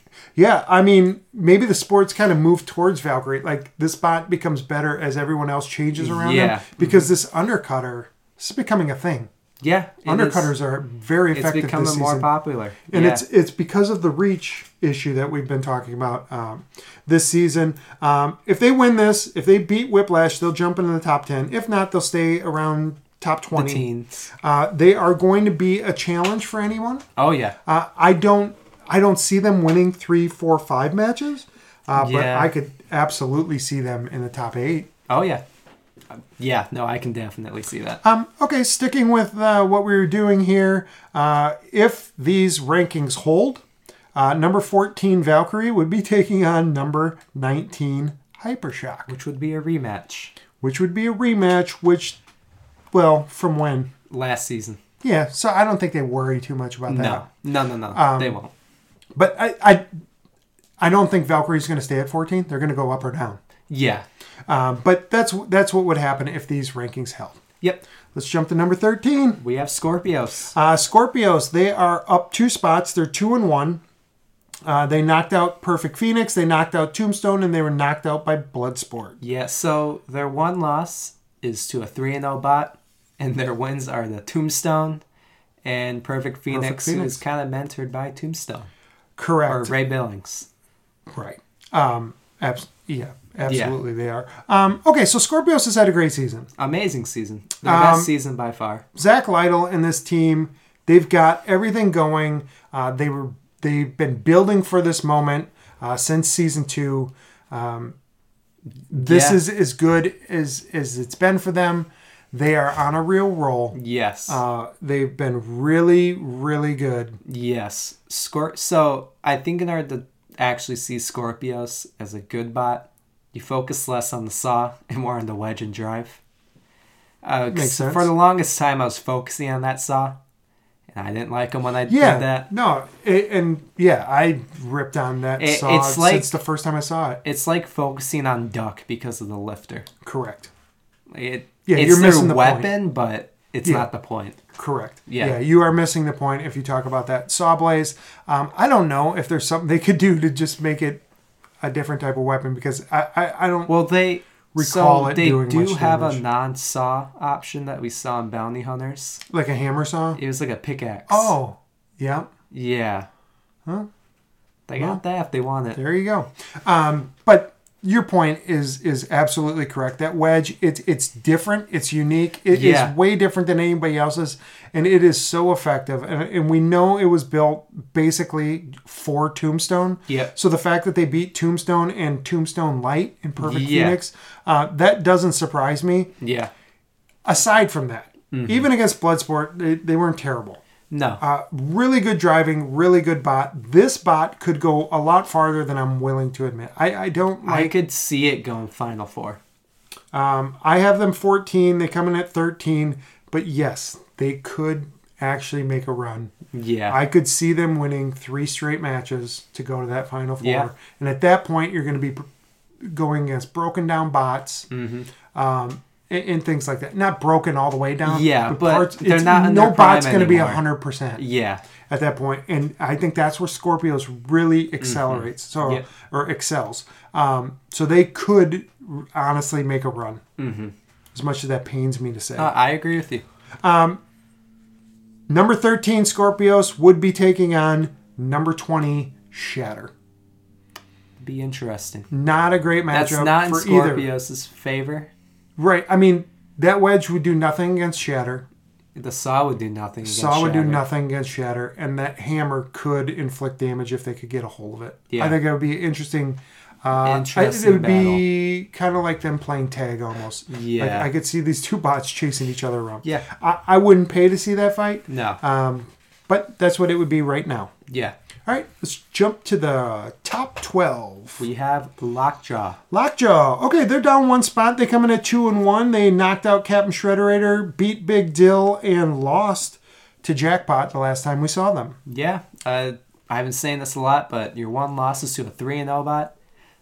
A: I mean, maybe the sports kind of move towards Valkyrie. Like this bot becomes better as everyone else changes around
B: Yeah.
A: them because this undercutter is becoming a thing.
B: Yeah. it is-
A: Undercutters are very
B: It's
A: effective this
B: becoming
A: season.
B: more popular.
A: and
B: Yeah.
A: it's it's because of the reach issue that we've been talking about um, this season. Um, if they win this, if they beat Whiplash, they'll jump into the top ten. If not, they'll stay around top twenty.
B: teens.
A: Uh, they are going to be a challenge for anyone.
B: Oh yeah.
A: Uh, I don't I don't see them winning three, four, five matches, uh, but
B: Yeah.
A: I could absolutely see them in the top eight.
B: Oh yeah. Um, Yeah, no, I can definitely see that.
A: Um, okay, sticking with uh, what we were doing here, uh, if these rankings hold, uh, number 14 Valkyrie would be taking on number 19 Hypershock,
B: Which would be a rematch
A: which would be a rematch, which, well, from when?
B: last season.
A: Yeah, so I don't think they worry too much about that.
B: No, no, no, no.
A: Um,
B: they won't.
A: But I, I, I don't think Valkyrie's going to stay at 14. They're going to go up or down.
B: Yeah.
A: Um, but that's that's what would happen if these rankings held.
B: Yep.
A: Let's jump to number thirteen.
B: We have Scorpios.
A: Uh, Scorpios. They are up two spots. They're two and one. Uh, they knocked out Perfect Phoenix. They knocked out Tombstone, and they were knocked out by Bloodsport.
B: Yeah, so their one loss is to a 3 and 0 bot, and their wins are the Tombstone and Perfect Phoenix, who
A: Phoenix.
B: is kind of mentored by Tombstone or
A: Correct.
B: Ray Billings.
A: Right. Um. Abs- yeah. Absolutely, they are. Um, okay, so Scorpios has had a great season.
B: Amazing season. Their
A: Um,
B: best season by far.
A: Zach Lytle and this team, they've got everything going. Uh, they were they've been building for this moment uh, since season two. Um, this
B: Yeah.
A: is as good as as it's been for them. They are on a real roll.
B: Yes.
A: Uh, they've been really, really good.
B: Yes, Scor- So I think in order to actually see Scorpios as a good bot, you focus less on the saw and more on the wedge and drive. Uh, 'cause
A: Makes sense.
B: For the longest time, I was focusing on that saw, and I didn't like them when I
A: Yeah.
B: did that.
A: No, it, and yeah, I ripped on that
B: It-
A: saw
B: it's like-
A: since the first time I saw it.
B: It's like focusing on duck because of the lifter.
A: Correct.
B: It,
A: Yeah,
B: it's
A: you're
B: their
A: missing the point.
B: weapon, but it's
A: Yeah.
B: not the point.
A: Correct.
B: Yeah.
A: you are missing the point if you talk about that saw blades. Um, I don't know if there's something they could do to just make it a different type of weapon because I I, I don't.
B: Well, they
A: Recall
B: so
A: it
B: they
A: doing
B: do
A: much
B: have a
A: damage.
B: non-saw option that we saw in Bounty Hunters.
A: like a hammer saw.
B: It was like a pickaxe.
A: Oh, yeah.
B: yeah. Huh? They got that if they want it.
A: There you go. Um, but your point is is absolutely correct. That wedge, it's it's different. It's unique. It is
B: Yeah.
A: way different than anybody else's, and it is so effective. And, and we know it was built basically for Tombstone.
B: Yep.
A: So the fact that they beat Tombstone and Tombstone Light in Perfect
B: Yeah.
A: Phoenix, uh, that doesn't surprise me.
B: Yeah.
A: Aside from that,
B: Mm-hmm.
A: even against Bloodsport, they, they weren't terrible.
B: No.
A: Uh, really good driving, really good bot. This bot could go a lot farther than I'm willing to admit. I, I don't
B: I
A: like.
B: could see it going Final Four.
A: Um, I have them 14. They come in at 13. But yes, they could actually make a run.
B: Yeah.
A: I could see them winning three straight matches to go to that final four.
B: Yeah.
A: And at that point, you're going to be pr- going against broken down bots.
B: Mm-hmm.
A: Um, and, and things like that. Not broken all the way down.
B: Yeah, but they're
A: it's-
B: not in
A: No
B: their prime
A: bot's going to be
B: anymore.
A: 100%
B: yeah.
A: at that point and i think that's where scorpios
B: Mm-hmm.
A: really accelerates so
B: Yep.
A: or excels um, so they could r- honestly make a run mm-hmm. as much as that pains me to say
B: Uh, I agree with you.
A: number 13 scorpios would be taking on number 20 shatter
B: Be interesting.
A: not a great
B: That's
A: matchup
B: not in
A: for either
B: Scorpios' favor.
A: right i mean that wedge would do nothing against shatter
B: The saw would do nothing. against
A: saw would do
B: Shatter.
A: nothing against shatter and that hammer could inflict damage if they could get a hold of it i
B: Yeah.
A: think it would be interesting Uh, I-
B: Interesting
A: it would be kind of like them playing tag almost. Like,
B: Yeah.
A: I could see these two bots chasing each other around.
B: Yeah.
A: I, I wouldn't pay to see that fight,
B: No.
A: um, but that's what it would be right now.
B: yeah.
A: All right, let's jump to the top 12.
B: We have Lockjaw.
A: Lockjaw. Okay, they're down one spot. They come in at two and one. They knocked out Captain Shredderator, beat Big Dill, and lost to Jackpot the last time we saw them.
B: Yeah. Uh, I've been saying this a lot, but your one loss is to a 3 and 0 bot.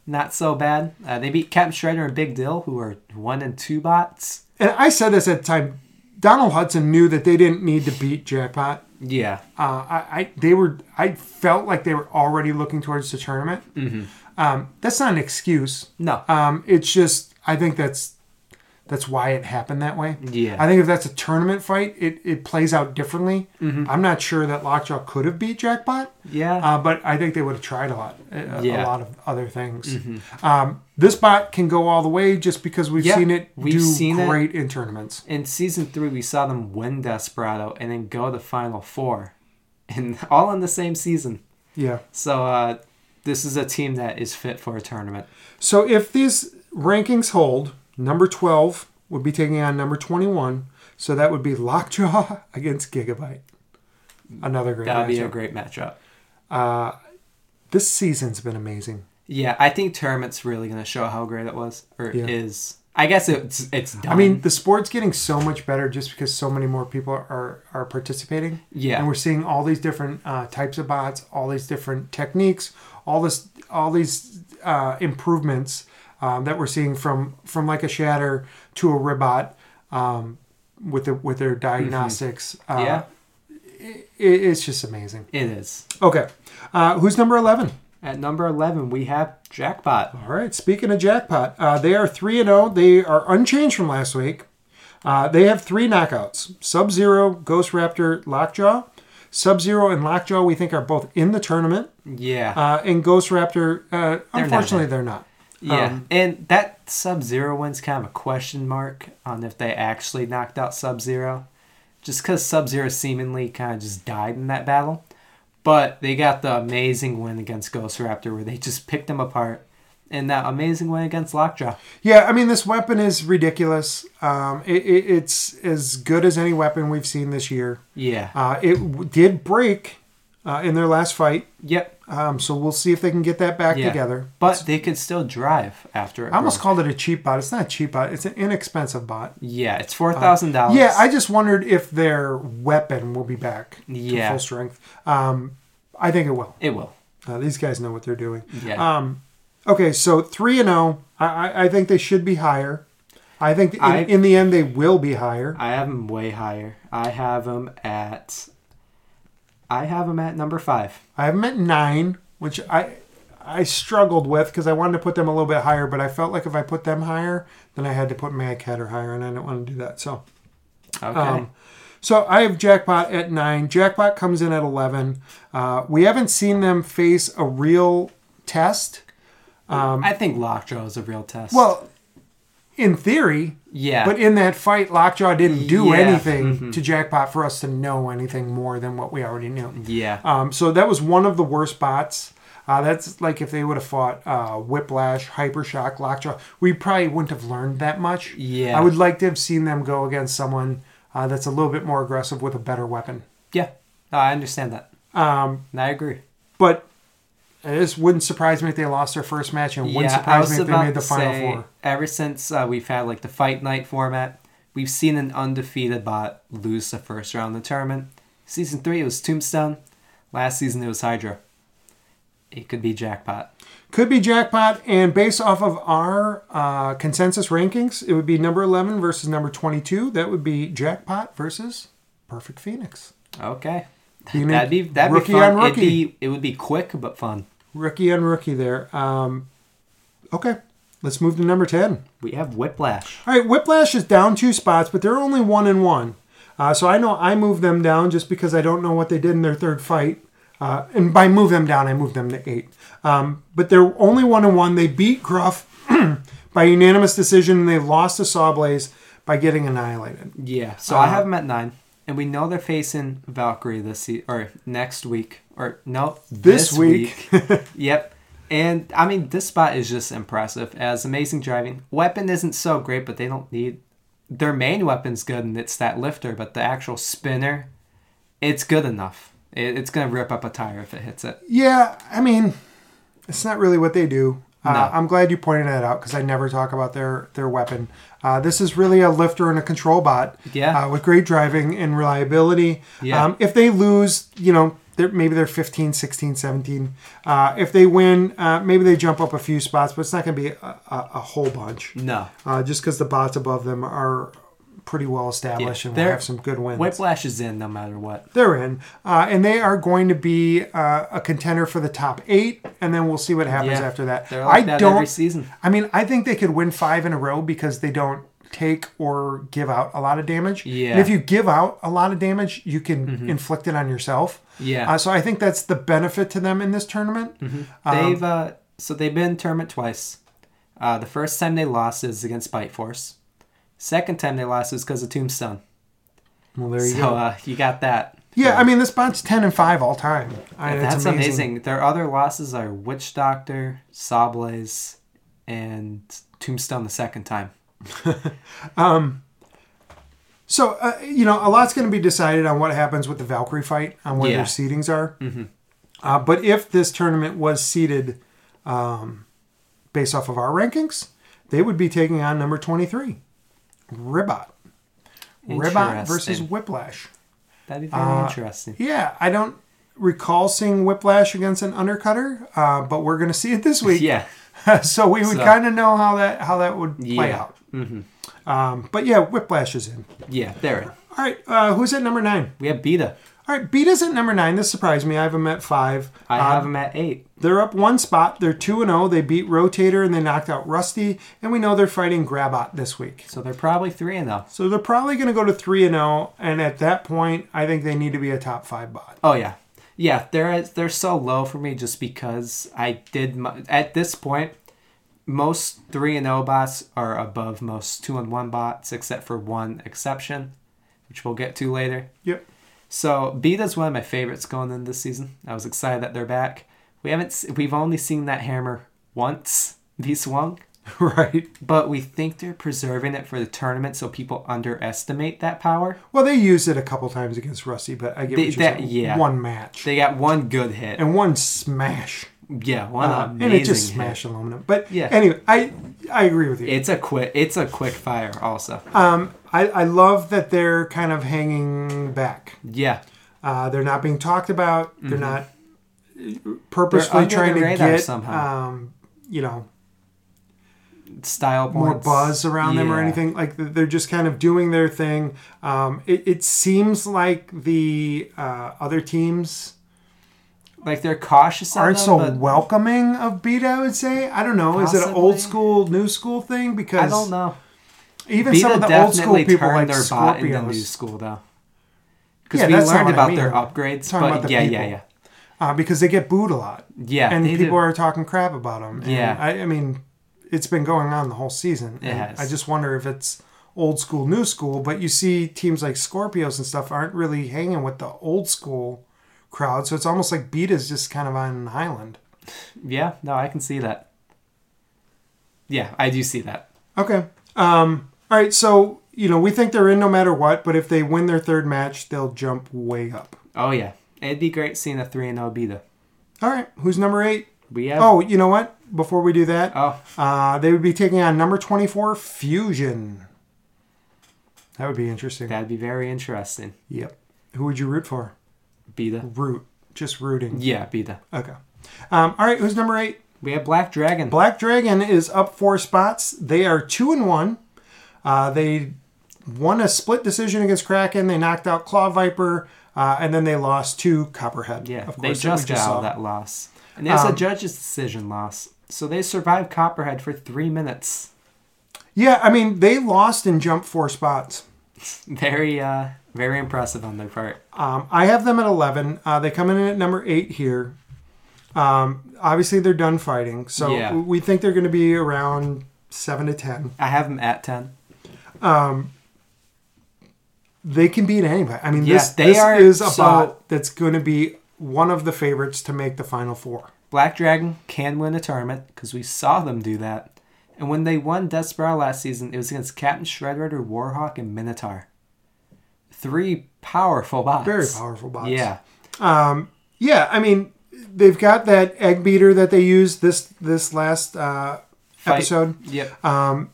B: Not so bad. Uh, they beat Captain Shredder and Big Dill, who are 1 and 2 bots.
A: And I said this at the time. Donald Hudson knew that they didn't need to beat Jackpot.
B: Yeah.
A: Uh, I, I they were I felt like they were already looking towards the tournament.
B: Mm-hmm.
A: Um, that's not an excuse.
B: No.
A: Um, it's just I think that's that's why it happened that way.
B: Yeah.
A: I think if that's a tournament fight, it, it plays out differently.
B: Mm-hmm.
A: I'm not sure that Lockjaw could have beat Jackpot.
B: Yeah.
A: Uh, but I think they would have tried a lot, uh, a, a
B: Yeah. Mm-hmm.
A: lot of other things. Um, this bot can go all the way just because we've
B: Yeah,
A: seen it
B: we've
A: do
B: seen it.
A: great in tournaments.
B: in season three, we saw them win Desperado and then go to Final Four, and all in the same season.
A: Yeah.
B: So uh, this is a team that is fit for a tournament.
A: So if these rankings hold, number 12 would be taking on number 21. So that would be Lockjaw against Gigabyte. Another great
B: That would be a
A: matchup.
B: great matchup.
A: this season's been amazing.
B: Yeah, I think tournament's really going to show how great it was or
A: Yeah.
B: is. I guess it's it's done.
A: I mean, the sport's getting so much better just because so many more people are are participating.
B: Yeah.
A: and we're seeing all these different uh, types of bots, all these different techniques, all this, all these uh, improvements um, that we're seeing from from like a shatter to a ribot um, with the with their diagnostics. Uh,
B: Mm-hmm. yeah,
A: it, it's just amazing.
B: it is.
A: Okay, uh, who's number eleven?
B: At number eleven, we have Jackpot.
A: All right. Speaking of jackpot, uh, they are three and zero. They are unchanged from last week. Uh, they have three knockouts: Sub Zero, Ghost Raptor, Lockjaw. Sub Zero and Lockjaw, we think, are both in the tournament.
B: Yeah,
A: Uh, and Ghost Raptor, uh, unfortunately, they're not.
B: yeah, Um, and that Sub Zero one's kind of a question mark on if they actually knocked out Sub Zero, just because Sub Zero seemingly kind of just died in that battle. But they got the amazing win against Ghost Raptor, where they just picked them apart, and that amazing win against Lockjaw.
A: Yeah, I mean, this weapon is ridiculous. Um, it, it, it's as good as any weapon we've seen this year.
B: Yeah,
A: Uh, it w- did break uh, in their last fight.
B: Yep.
A: Um, so we'll see if they can get that back
B: Yeah.
A: together.
B: But they could still drive after it.
A: I almost
B: broke.
A: called it a cheap bot. It's not a cheap bot. It's an inexpensive bot.
B: Yeah, it's four thousand dollars.
A: Uh, Yeah, I just wondered if their weapon will be back to
B: Yeah.
A: full strength. Um, I think it will.
B: it will.
A: Uh, these guys know what they're doing.
B: Yeah.
A: Um, okay, so three and zero. I, I, I think they should be higher. I think in,
B: I-
A: in the end they will be higher.
B: I have them way higher. I have them at. I have them at number five.
A: I have them at nine, which I I struggled with because I wanted to put them a little bit higher, but I felt like if I put them higher, then I had to put Magcatter higher, and I didn't want to do that. So,
B: Okay.
A: um, so I have Jackpot at nine. Jackpot comes in at eleven. Uh, we haven't seen them face a real test.
B: I think Lockjaw is a real test.
A: Well, in theory,
B: yeah,
A: But in that fight, Lockjaw didn't do
B: Yeah. Mm-hmm.
A: anything to Jackpot for us to know anything more than what we already knew.
B: yeah,
A: Um, so that was one of the worst bots. Uh, that's like if they would have fought uh, Whiplash, Hypershock, Lockjaw, we probably wouldn't have learned that much.
B: Yeah.
A: I would like to have seen them go against someone uh, that's a little bit more aggressive with a better weapon.
B: yeah. No, I understand that.
A: Um,
B: And I agree.
A: but this wouldn't surprise me if they lost their first match, and wouldn't
B: yeah, I
A: surprise
B: was
A: me if they
B: about
A: made the
B: to
A: final
B: say.
A: four.
B: Ever since uh, we've had like the fight night format, we've seen an undefeated bot lose the first round of the tournament. Season three, it was Tombstone. Last season, it was Hydra. It could be Jackpot.
A: Could be jackpot, and based off of our uh, consensus rankings, it would be number eleven versus number twenty-two. That would be jackpot versus Perfect Phoenix.
B: Okay.
A: You
B: That'd be
A: mean
B: that'd
A: rookie
B: be fun.
A: on
B: It'd
A: rookie.
B: be it would be quick but fun.
A: Rookie on rookie there. Um, okay, let's move to number ten.
B: We have Whiplash.
A: All right, Whiplash is down two spots, but they're only one and one. Uh, so I know I moved them down just because I don't know what they did in their third fight. Uh, and by move them down, I moved them to eight. Um, but they're only one and one. They beat Gruff by unanimous decision, and they lost to Sawblaze by getting annihilated.
B: Yeah. So
A: Uh,
B: I have them at nine, and we know they're facing Valkyrie this se- or next week or no
A: This
B: yep. And I mean, this spot is just impressive. As amazing driving weapon isn't so great, but they don't need their main weapon's good, and it's that lifter. But the actual spinner, it's good enough. It, it's gonna rip up a tire if it hits it.
A: Yeah, I mean, it's not really what they do. Uh,
B: No.
A: I'm glad you pointed that out because I never talk about their their weapon. Uh, this is really a lifter and a control bot.
B: Yeah.
A: Uh, with great driving and reliability.
B: Yeah.
A: Um, if they lose, you know, they're, maybe they're 15, 16, 17. Uh, if they win, uh, maybe they jump up a few spots, but it's not going to be a, a, a whole bunch.
B: No.
A: Uh, just because the bots above them are pretty well established and will
B: they're-
A: have some good wins.
B: Whiplash is in no matter what.
A: They're in, uh, and they are going to be uh, a contender for the top eight, and then we'll see what happens
B: Yeah.
A: after that.
B: They're like
A: I
B: that
A: don't.
B: every season.
A: I mean, I think they could win five in a row because they don't take or give out a lot of damage.
B: Yeah. Mm-hmm.
A: And if you give out a lot of damage, you can inflict it on yourself.
B: Yeah.
A: Uh, so I think that's the benefit to them in this tournament. Um,
B: They've uh, so they've been tournament twice. Uh, the first time they lost is against Bite Force. Second time they lost is because of Tombstone.
A: Well, there you
B: so
A: go.
B: uh, you got that. uh,
A: Yeah, I mean, this bot's ten and five all time. I- it's
B: That's amazing. Their other losses are Witch Doctor, Sablaze, and Tombstone the second time.
A: So uh, you know, a lot's going to be decided on what happens with the Valkyrie fight on where
B: Yeah. Mm-hmm.
A: their seedings are. Uh, but if this tournament was seeded um, based off of our rankings, they would be taking on number twenty-three, Ribot. Ribot versus uh,
B: Interesting.
A: Whiplash.
B: That'd be very interesting.
A: Yeah, I don't recall seeing Whiplash against an undercutter, uh, but we're going to see it this week.
B: Yeah.
A: so we would
B: So-
A: kind of know how that how that would play
B: Yeah. Mm-hmm.
A: out. Um, but yeah, Whiplash is in.
B: Yeah, they're in.
A: All right, uh, who's at number nine?
B: We have Beta.
A: All right, Beta's at number nine. This surprised me. I have them at five.
B: I
A: Uh,
B: have them at eight.
A: they're up one spot. They're two and zero. They beat Rotator and they knocked out Rusty. And we know they're fighting Grabot this week.
B: So they're probably three and oh.
A: So they're probably going to go to three and zero. And at that point, I think they need to be a top five bot.
B: Oh yeah, yeah. They're they're so low for me just because I did my, at this point. Most three and O bots are above most two and one bots, except for one exception, which we'll get to later.
A: Yep.
B: So Beta's one of my favorites going in this season. I was excited that they're back. We haven't s- we've only seen that hammer once be swung.
A: right?
B: But we think they're preserving it for the tournament so people underestimate that power.
A: Well, they used it a couple times against Rusty, but I get
B: They-
A: what you're
B: that-
A: saying.
B: yeah.
A: One match
B: They got one good hit.
A: and one smash,
B: Yeah, one
A: Uh,
B: amazing
A: and it just
B: hit.
A: smashed aluminum. But
B: Yeah.
A: anyway, I I agree with you.
B: It's a quick it's a quick fire also.
A: Um, I, I love that they're kind of hanging back.
B: yeah.
A: Uh, they're not being talked about. They're not
B: Mm-hmm. They're
A: purposefully
B: under
A: trying
B: the
A: to
B: radar
A: get,
B: somehow.
A: um, you know,
B: Style points.
A: more buzz around them or
B: Yeah.
A: anything. Like th- they're just kind of doing their thing. Um, it, it seems like the uh, other teams
B: Like they're cautious on
A: aren't
B: them,
A: so
B: but
A: welcoming of beat. I would say. I don't know. Is it an old
B: Possibly.
A: school, new school thing? Because
B: I don't know.
A: even
B: Beta
A: some of the old
B: definitely
A: school people
B: turned
A: like
B: their bot into new
A: Scorpios,
B: school though. Because
A: Yeah,
B: we
A: that's not
B: learned
A: what I
B: about
A: mean.
B: their
A: I'm
B: upgrades,
A: talking
B: but
A: about the
B: yeah,
A: people.
B: yeah, yeah,
A: uh, because they get booed a lot.
B: yeah.
A: and
B: they
A: people
B: do.
A: are talking crap about him. And
B: Yeah.
A: I, I mean, it's been going on the whole season.
B: It
A: and
B: has.
A: I just wonder if it's old school, new school. But you see, teams like Scorpios and stuff aren't really hanging with the old school crowd. So it's almost like Beta's just kind of on an island.
B: Yeah, no, I can see that. Yeah, I do see that.
A: Okay. Um. All right. So you know, we think they're in no matter what. But if they win their third match, they'll jump way up.
B: Oh yeah, it'd be great seeing a three and zero beta.
A: All right. Who's number eight?
B: We have
A: Oh, you know what? Before we do that,
B: oh
A: Uh, they would be taking on number 24, Fusion. That would be interesting.
B: that'd be very interesting.
A: yep. Who would you root for?
B: Beta.
A: Root. Just rooting.
B: Yeah, beta.
A: Okay. Um, all right, who's number eight?
B: We have Black Dragon.
A: Black Dragon is up four spots. They are two and one. Uh, they won a split decision against Kraken. They knocked out Claw Viper, uh, and then they lost to Copperhead.
B: yeah,
A: of
B: they
A: course, that we
B: just got out
A: saw.
B: of that loss, and that's
A: Um,
B: a judge's decision loss. So they survived Copperhead for three minutes.
A: Yeah, I mean, they lost and jumped four spots.
B: Very, uh, very impressive on their part.
A: Um, I have them at 11. Uh, they come in at number eight here. Um, obviously, they're done fighting. So
B: Yeah.
A: we think they're going to be around 7 to 10.
B: I have them at ten.
A: They can beat anybody. I mean,
B: Yeah,
A: this,
B: they
A: this
B: are-
A: is a
B: so-
A: bot that's going to be one of the favorites to make the final four.
B: Black Dragon can win a tournament because we saw them do that. And when they won Desperado last season, it was against Captain Shredrider, Warhawk, and Minotaur. Three powerful bots.
A: Very powerful bots.
B: Yeah.
A: Yeah, I mean, they've got that egg beater that they used this, this last uh,
B: Fight.
A: episode. Uh,
B: Yep.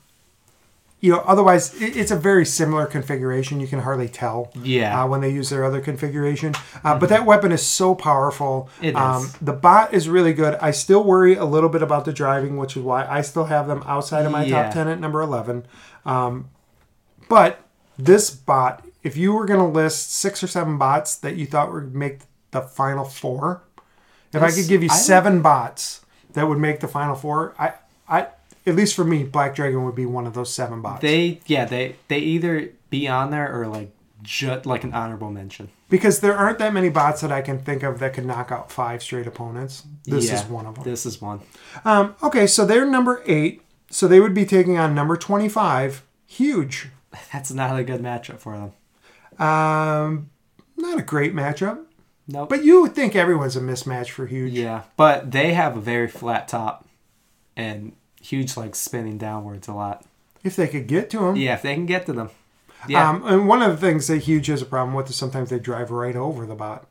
A: you know, otherwise it, it's a very similar configuration. You can hardly tell.
B: Yeah. Mm-hmm.
A: Uh, when they use their other configuration, uh, but that weapon is so powerful. Um,
B: It is.
A: The bot is really good. I still worry a little bit about the driving, which is why I still have them outside of my
B: Yeah.
A: top ten at number eleven. Um, but this bot, if you were going to list six or seven bots that you thought would make the final four, if I
B: This-
A: could give you
B: I don't-
A: seven bots that would make the final four, I, I, at least for me, Black Dragon would be one of those seven bots.
B: they yeah they they either be on there or like just like an honorable mention.
A: because there aren't that many bots that I can think of that could knock out five straight opponents. This
B: Yeah,
A: is one of them.
B: This is one.
A: Um, okay, so they're number eight, so they would be taking on number twenty-five. Huge.
B: That's not a good matchup for them.
A: Um, not a great matchup,
B: Nope.
A: but you would think everyone's a mismatch for Huge.
B: yeah, but they have a very flat top, and huge like spinning downwards a lot.
A: If they could get to him.
B: Yeah, if they can get to them. Yeah.
A: Um, and one of the things that Huge has a problem with is sometimes they drive right over the bot.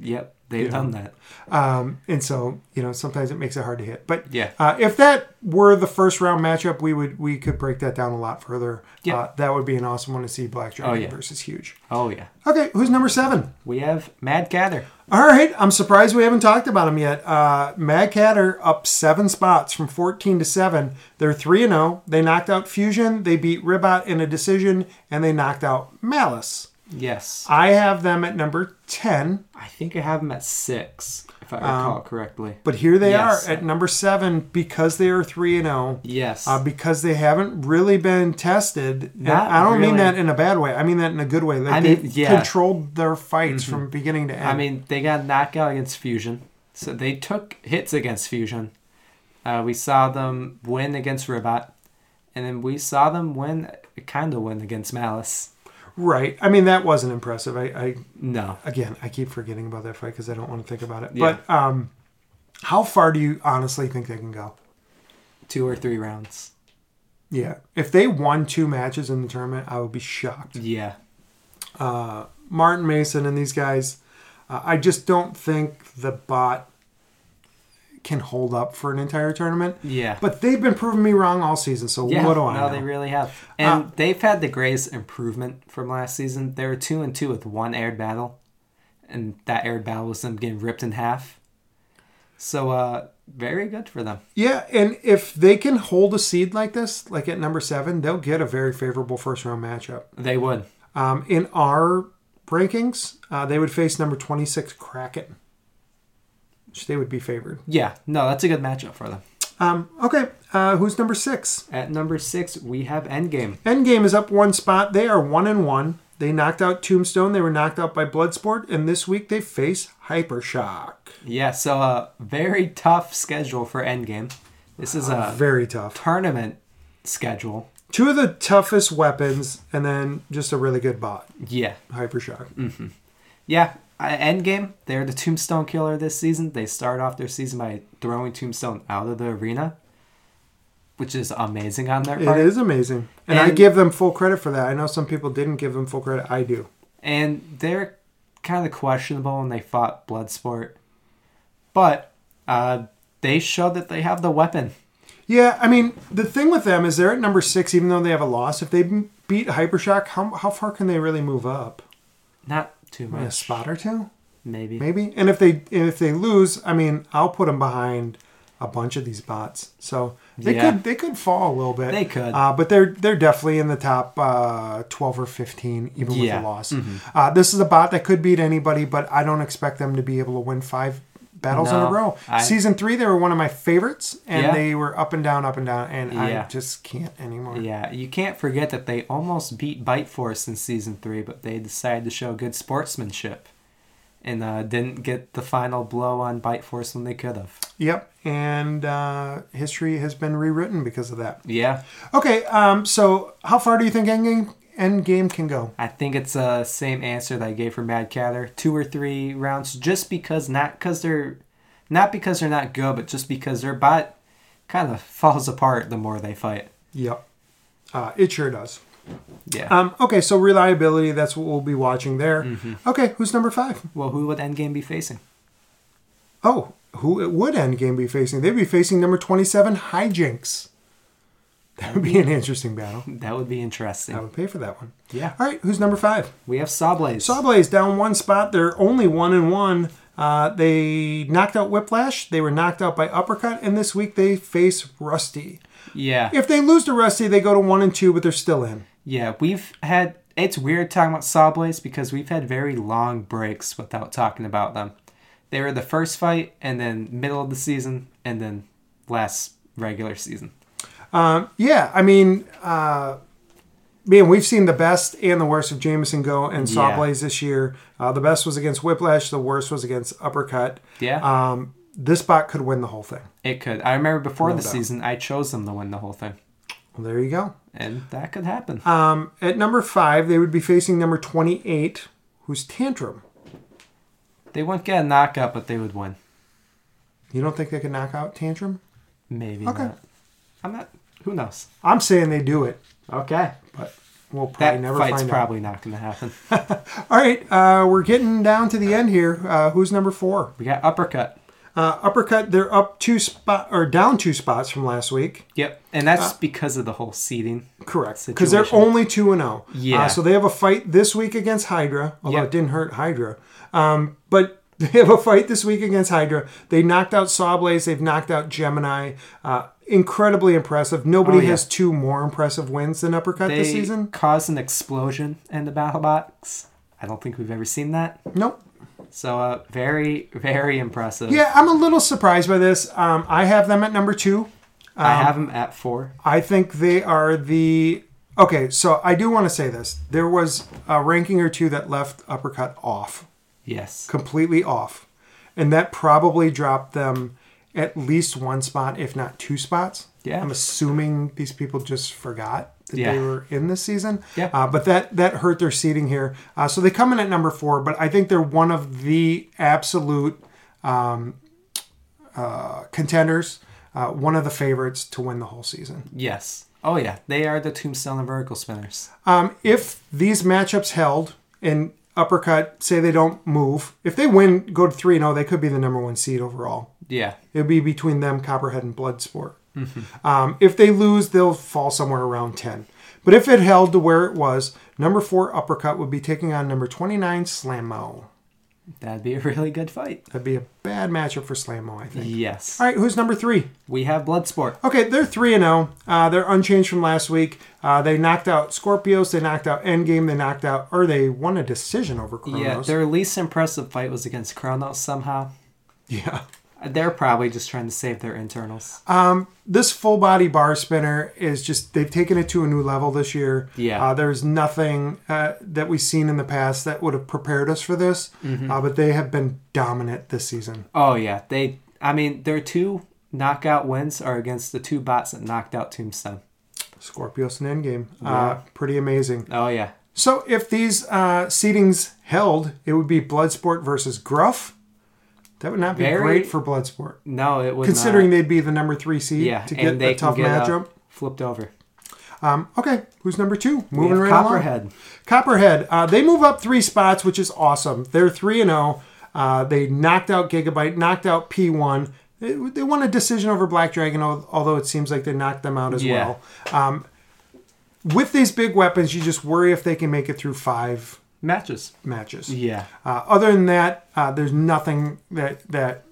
B: yep. They've done that.
A: Um, and so, you know, sometimes it makes it hard to hit. But
B: Yeah.
A: uh, if that were the first round matchup, we would we could break that down a lot further.
B: Yeah.
A: Uh, that would be an awesome one to see Black Dragon
B: yeah.
A: versus Huge.
B: Oh yeah.
A: Okay, who's number seven?
B: We have Mad Cather.
A: All right, I'm surprised we haven't talked about him yet. Uh, Mad Cat are up seven spots from 14 to 7. They're 3 and 0. They knocked out Fusion, they beat Ribot in a decision, and they knocked out Malice.
B: Yes.
A: I have them at number 10.
B: I think I have them at six, if I recall correctly.
A: But here they
B: Yes.
A: are at number seven because they are three and zero.
B: Yes.
A: Uh, because they haven't really been tested. And
B: Not
A: I don't mean
B: really.
A: that in a bad way. I mean that in a good way. Like
B: I
A: they've
B: mean, yeah. Mm-hmm.
A: controlled their fights from beginning to end.
B: I mean, they got knockout against Fusion, so they took hits against Fusion. Uh, we saw them win against Ribot, and then we saw them win, kind of win against Malice.
A: right. I mean that wasn't impressive. I, I
B: No,
A: again, I keep forgetting about that fight because I don't want to think about it.
B: Yeah.
A: But um, how far do you honestly think they can go?
B: two or three rounds.
A: Yeah. If they won two matches in the tournament, I would be shocked.
B: Yeah.
A: Martin Mason and these guys, uh, I just don't think the bot can hold up for an entire tournament.
B: Yeah.
A: But they've been proving me wrong all season, so
B: Yeah,
A: what do I
B: no,
A: know? Uh,
B: they really have, and they've had the greatest improvement from last season. They were two and two with one aired battle, and that aired battle was them getting ripped in half. So, uh, very good for them.
A: yeah, and if they can hold a seed like this, like at number seven, they'll get a very favorable first round matchup.
B: They would.
A: Um, in our rankings, uh, they would face number 26 Kraken, which they would be favored.
B: Yeah, no, that's a good matchup for them.
A: Um, okay, uh, who's number six?
B: At number six, we have Endgame.
A: Endgame is up one spot. They are one and one. They knocked out Tombstone. They were knocked out by Bloodsport, and this week they face Hypershock.
B: Yeah, so uh, very tough schedule for Endgame. This is a
A: Very tough.
B: tournament schedule.
A: Two of the toughest weapons, and then just a really good bot,
B: Yeah,
A: Hypershock.
B: Yeah, I- Endgame. They're the Tombstone Killer this season. They start off their season by throwing Tombstone out of the arena, which is amazing on their
A: It
B: part.
A: is amazing, and, I
B: And-
A: give them full credit for that. I know some people didn't give them full credit. I do.
B: And they're kind of questionable when they fought Bloodsport, but uh, they showed that they have the weapon.
A: Yeah, I mean the thing with them is they're at number six, even though they have a loss. If they m- beat Hypershock, how how far can they really move up?
B: Not too much,
A: A spot or two.
B: maybe.
A: maybe. And if they if they lose, I mean, I'll put them behind a bunch of these bots. So they
B: Yeah.
A: could they could fall a little bit.
B: They could.
A: uh, but they're they're definitely in the top uh, twelve or fifteen, even
B: Yeah.
A: with
B: Mm-hmm.
A: a loss. Uh, this is a bot that could beat anybody, but I don't expect them to be able to win five battles in
B: No,
A: a row.
B: I-
A: Season three, they were one of my favorites, and
B: Yeah.
A: they were up and down, up and down, and
B: Yeah.
A: I just can't anymore.
B: Yeah, you can't forget that they almost beat Bite Force in season three, but they decided to show good sportsmanship and uh, didn't get the final blow on Bite Force when they could have.
A: Yep, and uh, history has been rewritten because of that.
B: Yeah,
A: Okay, um, so how far do you think Endgame, Endgame can go?
B: I think it's the uh, same answer that I gave for Mad Cather. Two or three rounds, just because not because they're not because they're not good, but just because their bot kind of falls apart the more they fight.
A: Yep. Uh, it sure does.
B: Yeah.
A: Um, okay, so reliability, that's what we'll be watching there. Okay, who's number five?
B: well, who would Endgame be facing?
A: Oh, who it would Endgame be facing? They'd be facing number 27, Hijinks. That would be an interesting battle.
B: That would be interesting.
A: I would pay for that one.
B: Yeah.
A: All right, who's number five?
B: We have Sawblaze.
A: Sawblaze down one spot. They're only one and one. Uh, they knocked out Whiplash. They were knocked out by Uppercut, and this week they face Rusty.
B: yeah.
A: If they lose to Rusty, they go to one and two, but they're still in.
B: Yeah, we've had it's weird talking about Sawblaze because we've had very long breaks without talking about them. They were the first fight and then middle of the season and then last regular season.
A: Yeah, I mean, uh, man, we've seen the best and the worst of Jameson go and
B: Yeah.
A: Sawblaze this year. Uh, the best was against Whiplash. The worst was against Uppercut.
B: Yeah.
A: Um, this bot could win the whole thing.
B: it could. I remember before the
A: doubt.
B: season I chose them to win the whole thing.
A: Well, there you go.
B: And that could happen.
A: Um, at number five, they would be facing number twenty-eight, who's Tantrum.
B: they wouldn't get a knockout, but they would win.
A: You don't think they could knock out Tantrum?
B: Maybe
A: Okay.
B: not. I'm not who knows?
A: I'm saying they do it,
B: Okay.
A: but we'll probably
B: That
A: never
B: fight's
A: find
B: probably not gonna happen.
A: out. All right, uh, we're getting down to the end here. Uh, who's number four?
B: we got uppercut.
A: Uh, uppercut. They're up two spot or down two spots from last week.
B: Yep. And
A: Ah.
B: that's because of the whole seeding.
A: Correct. Because they're
B: situation.
A: only 2 and 0.
B: Yeah.
A: Uh, so they have a fight this week against Hydra, although
B: Yep.
A: it didn't hurt Hydra. Um, but they have a fight this week against Hydra. They knocked out Sawblaze. They've knocked out Gemini. Uh, incredibly impressive. Nobody
B: Oh, yeah.
A: has two more impressive wins than Uppercut
B: they
A: this season.
B: caused an explosion in the battle box. I don't think we've ever seen that.
A: Nope.
B: So uh, very, very impressive.
A: Yeah, I'm a little surprised by this. Um, I have them at number two.
B: I
A: um,
B: have him at four.
A: I think they are the. Okay, so I do want to say this. There was a ranking or two that left Uppercut off.
B: Yes.
A: completely off. And that probably dropped them at least one spot, if not two spots.
B: Yeah.
A: I'm assuming these people just forgot that
B: Yeah.
A: they were in this season.
B: Yeah.
A: Uh, but that that hurt their seeding here. Uh, so they come in at number four, but I think they're one of the absolute um, uh, contenders. uh, one of the favorites to win the whole season.
B: Yes. Oh yeah, they are the tombstone and vertical spinners.
A: Um, if these matchups held and uppercut say they don't move, if they win, go to three and zero, they could be the number one seed overall.
B: Yeah.
A: It'd be between them, Copperhead, and Bloodsport. Um, if they lose, they'll fall somewhere around ten. But if it held to where it was, number four uppercut would be taking on number twenty nine Slammo.
B: That'd be a really good fight.
A: That'd be a bad matchup for Slammo, I think.
B: Yes.
A: All right, who's number three?
B: We have Bloodsport.
A: Okay, they're three and zero. Uh, They're unchanged from last week. Uh, they knocked out Scorpios. They knocked out Endgame. They knocked out, or they won a decision over
B: Yeah,
A: Chronos.
B: their least impressive fight was against Kronos somehow.
A: Yeah.
B: They're probably just trying to save their internals.
A: Uh, This full body bar spinner is just they've taken it to a new level this year.
B: Yeah.
A: Uh, there's nothing uh, that we've seen in the past that would have prepared us for this,
B: Mm-hmm.
A: uh, but they have been dominant this season.
B: oh yeah, they. I mean, their two knockout wins are against the two bots that knocked out Tombstone.
A: Scorpios and Endgame, uh, pretty amazing.
B: Oh yeah.
A: So if these uh, seedings held, it would be Bloodsport versus Gruff. That would not be
B: Very-
A: great for Bloodsport.
B: No, it was
A: considering they'd be the number three seed
B: yeah,
A: to get
B: and they
A: a tough
B: can get uh,
A: matchup.
B: flipped over.
A: Um, okay, who's number two?
B: We
A: Moving
B: have
A: right along.
B: Copperhead.
A: Copperhead. Uh, they move up three spots, which is awesome. They're three and zero. Uh, They knocked out Gigabyte, knocked out P1. They, they won a decision over Black Dragon, al- although it seems like they knocked them out as
B: Yeah.
A: well. Um, with these big weapons, you just worry if they can make it through five
B: Matches.
A: matches.
B: Yeah.
A: Uh, other than that, uh, there's nothing that that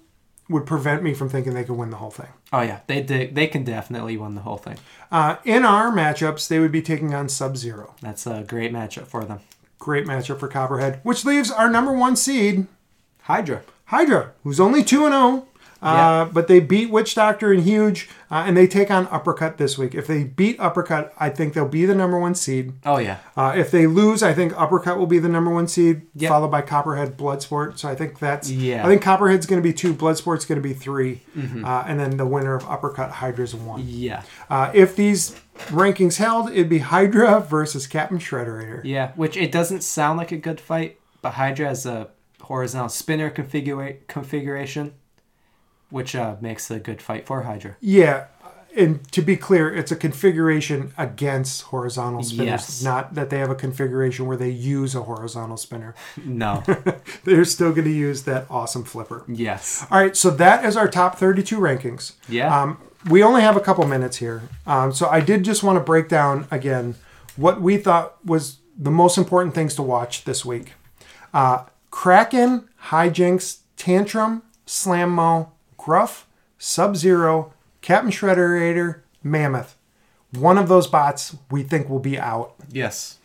A: would prevent me from thinking they could win the whole thing.
B: Oh yeah, they did. They can definitely win the whole thing.
A: Uh, in our matchups, they would be taking on Sub Zero.
B: That's a great matchup for them.
A: Great matchup for Copperhead, which leaves our number one seed,
B: Hydra.
A: Hydra, who's only 2 and 0. Uh, But they beat Witch Doctor and Huge, uh, and they take on Uppercut this week. If they beat Uppercut, I think they'll be the number one seed.
B: Oh yeah.
A: Uh, if they lose, I think Uppercut will be the number one seed,
B: Yep.
A: followed by Copperhead, Bloodsport. So I think that's.
B: Yeah. Mm-hmm.
A: I think Copperhead's going to be two, Bloodsport's going to be 3 uh, and then the winner of Uppercut, Hydra's one.
B: Yeah.
A: Uh, if these rankings held, it'd be Hydra versus Captain Shredderator.
B: Yeah. Which it doesn't sound like a good fight, but Hydra has a horizontal spinner configura- configuration, which uh, makes a good fight for Hydra.
A: Yeah, and to be clear, it's a configuration against horizontal spinners,
B: Yes.
A: not that they have a configuration where they use a horizontal spinner.
B: No.
A: They're still going to use that awesome flipper.
B: yes.
A: All right, so that is our top 32 rankings.
B: Yeah.
A: Um, we only have a couple minutes here. Um, so I did just want to break down again what we thought was the most important things to watch this week uh, Kraken, Hijinks, Tantrum, Slammo, Gruff, Sub Zero, Captain Shredderator, Mammoth. One of those bots we think will be out.
B: Yes.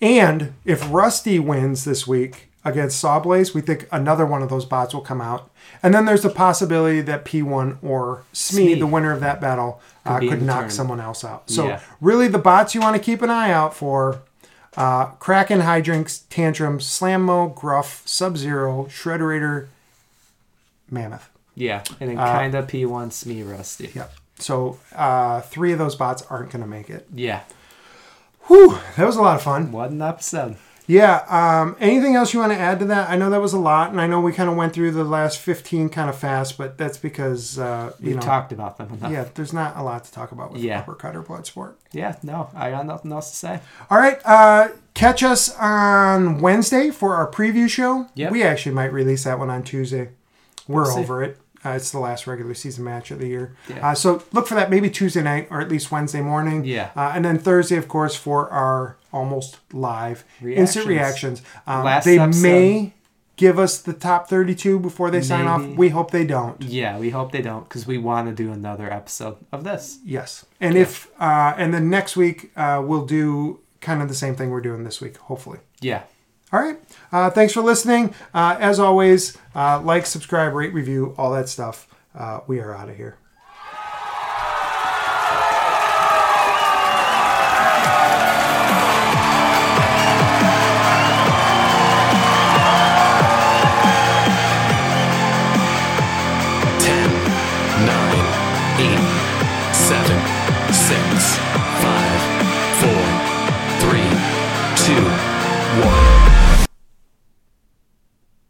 A: And if Rusty wins this week against Sawblaze, we think another one of those bots will come out. And then there's the possibility that P1 or Smee,
B: Smee.
A: the winner of that battle, uh,
B: be in
A: could
B: the
A: knock
B: tournament.
A: someone else out. So
B: Yeah.
A: really, the bots you want to keep an eye out for: uh, Kraken, Hydrinks, Tantrum, Slammo, Gruff, Sub Zero, Shredderator, Mammoth.
B: Yeah. And then
A: Uh,
B: kind of P one Smee Rusty.
A: Yep. So uh, three of those bots aren't going to make it.
B: Yeah.
A: Whew, that was a lot of fun.
B: What an episode.
A: Yeah. Um, anything else you want to add to that? I know that was a lot, and I know we kind of went through the last fifteen kind of fast, but that's because uh, you
B: We
A: know,
B: talked about them enough.
A: yeah, there's not a lot to talk about with
B: Yeah.
A: uppercut or blood sport.
B: yeah. No, I got nothing else to say.
A: All right. Uh, catch us on Wednesday for our preview show.
B: Yep.
A: We actually might release that one on Tuesday. We're
B: see.
A: over it. Uh, it's the last regular season match of the year.
B: Yeah.
A: Uh, so look for that maybe Tuesday night or at least Wednesday morning.
B: Yeah.
A: Uh, and then Thursday, of course, for our almost live instant
B: Reactions.
A: reactions. Um,
B: Last
A: they
B: episode.
A: may give us the top 32 before they sign off.
B: Maybe.
A: We hope they don't.
B: Yeah, we hope they don't because we want to do another episode of this.
A: Yes. And if uh, and then next week uh, we'll do kind of the same thing we're doing this week, hopefully.
B: Yeah.
A: All right. Uh, thanks for listening. Uh, as always, uh, like, subscribe, rate, review, all that stuff. Uh, we are out of here.